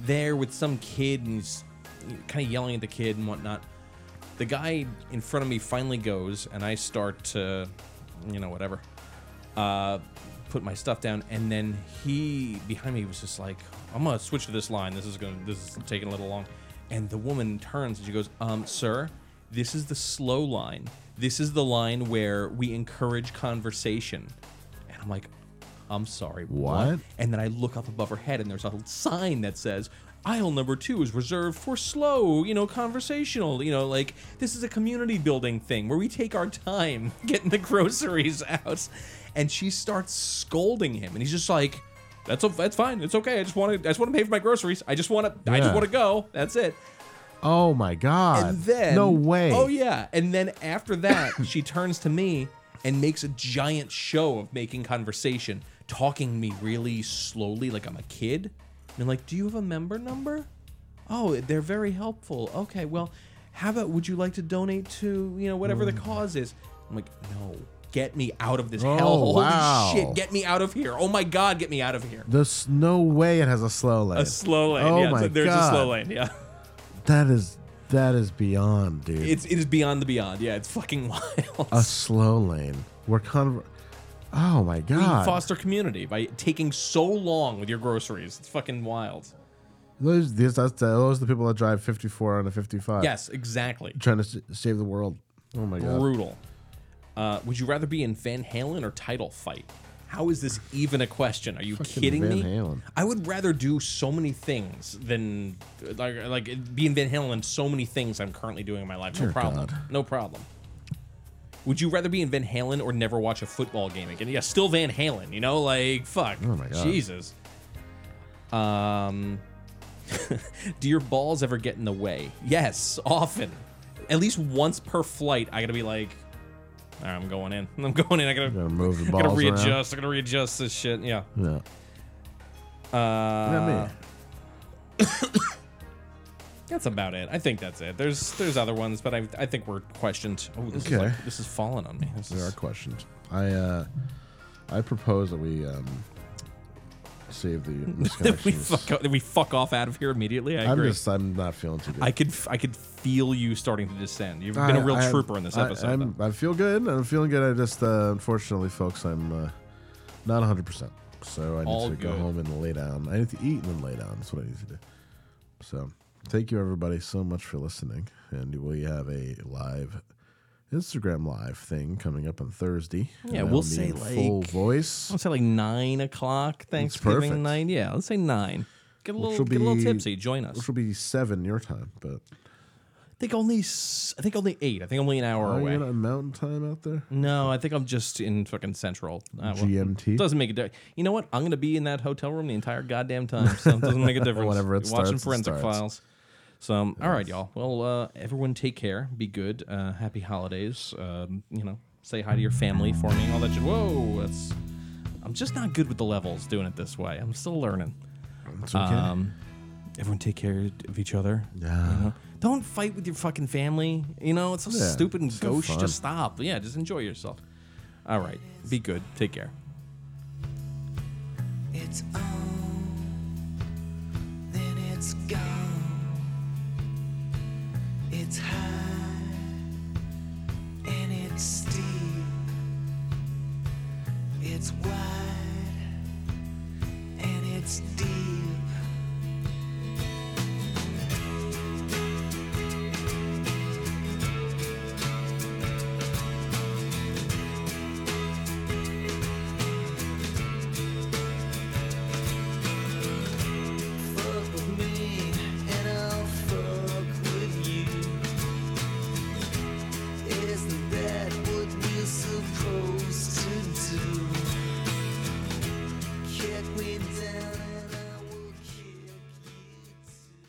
there with some kid and he's kind of yelling at the kid and whatnot. The guy in front of me finally goes, and I start to, you know, whatever, uh, put my stuff down, and then he behind me was just like, "I'm gonna switch to this line. This is gonna, this is taking a little long." And the woman turns and she goes, "Um, sir, this is the slow line. This is the line where we encourage conversation." And I'm like, "I'm sorry,
What?
And then I look up above her head, and there's a sign that says, Aisle number two is reserved for slow, you know, conversational. You know, like this is a community building thing where we take our time getting the groceries out. And she starts scolding him, and he's just like, "That's o- that's fine. It's okay. I just want to. I just want to pay for my groceries. I just want to. I just
Yeah.
want to go. That's it."
Oh my god.
And then
no way.
Oh yeah. And then after that, she turns to me and makes a giant show of making conversation, talking to me really slowly like I'm a kid. And I'm like, "Do you have a member number?" "Oh, they're very helpful." "Okay, well, how about would you like to donate to, you know, whatever the cause is?" I'm like, "No. Get me out of this
Oh,
hellhole. Holy
wow.
shit, get me out of here. Oh my god, get me out of here."
There's no way it has a slow lane.
A slow lane.
Oh
yeah,
my
so there's
god.
a slow lane. Yeah.
That is that is beyond, dude.
It's it is beyond the beyond. Yeah, it's fucking wild.
a slow lane. We're conver- Oh my
We
god.
foster community by taking so long with your groceries. It's fucking wild.
those these that's those are the people that drive 54 on a 55.
Yes, exactly.
Trying to s- save the world. Oh my god.
Brutal. Uh, would you rather be in Van Halen or title fight? How is this even a question? Are you
Fucking
kidding
Van
me?
Halen.
I would rather do so many things than like like be in Van Halen in so many things I'm currently doing in my life. No
Dear
problem.
God.
No problem. Would you rather be in Van Halen or never watch a football game again? Yeah, still Van Halen. You know, like fuck.
Oh my God.
Jesus. Um, do your balls ever get in the way? Yes, often. At least once per flight, I gotta be like, all right, I'm going in. I'm going in. I gotta,
Gotta move the
I gotta
balls around.
readjust. I gotta readjust this shit. Yeah.
Yeah.
Uh,
me.
that's about it. I think that's it. There's there's other ones, but I, I think we're questioned. Oh, this is
Okay.
like, this is falling on me. This
There
is-
are questions. I uh, I propose that we um, save the
that we
misconnections.
fuck o- that we fuck off out of here immediately. I
I'm
agree.
just I'm not feeling too good.
I could f- I could feel you starting to descend. You've been a
I-
real
I-
trooper in this
I-
episode.
I'm, I feel good. I'm feeling good. I just uh, unfortunately, folks, I'm uh, not 100. percent So I need
All
to go
good.
home and lay down. I need to eat and then lay down. That's what I need to do. So thank you everybody so much for listening. And we have a live Instagram live thing coming up on Thursday.
Yeah,
And that
we'll
will be
say
in full
like-
voice.
I'll say like nine o'clock
perfect.
Thanksgiving night. Yeah, let's say nine. Get a
Which
little
will
get a little
be-
tipsy. Join us.
Which will be seven your time, but
I think only s- I think only eight. I think only an hour
are
away.
Oh, you on mountain time out there?
No, I think I'm just in fucking Central. Uh, well,
GMT?
doesn't make a difference. You know what? I'm gonna be in that hotel room the entire goddamn time, so it doesn't make a difference.
Whenever it
You're watching
starts, it
Forensic
starts.
Files. So, um, all right, y'all. Well, uh, everyone, take care. Be good. Uh, happy holidays. Um, you know, say hi to your family for me. and All that shit. Whoa, that's. I'm just not good with the levels doing it this way. I'm still learning.
It's okay.
Um, everyone, take care of each other.
Yeah.
You know? Don't fight with your fucking family. You know, it's so
Yeah,
stupid and
it's so
gauche.
fun.
Just stop. Yeah, just enjoy yourself. All right. Be good. Take care.
It's on, then it's gone. It's high and it's steep. It's wide and it's deep. Fuck with me and I'll fuck with you. Isn't that what we're supposed to do? Kick me down and I will kick you too.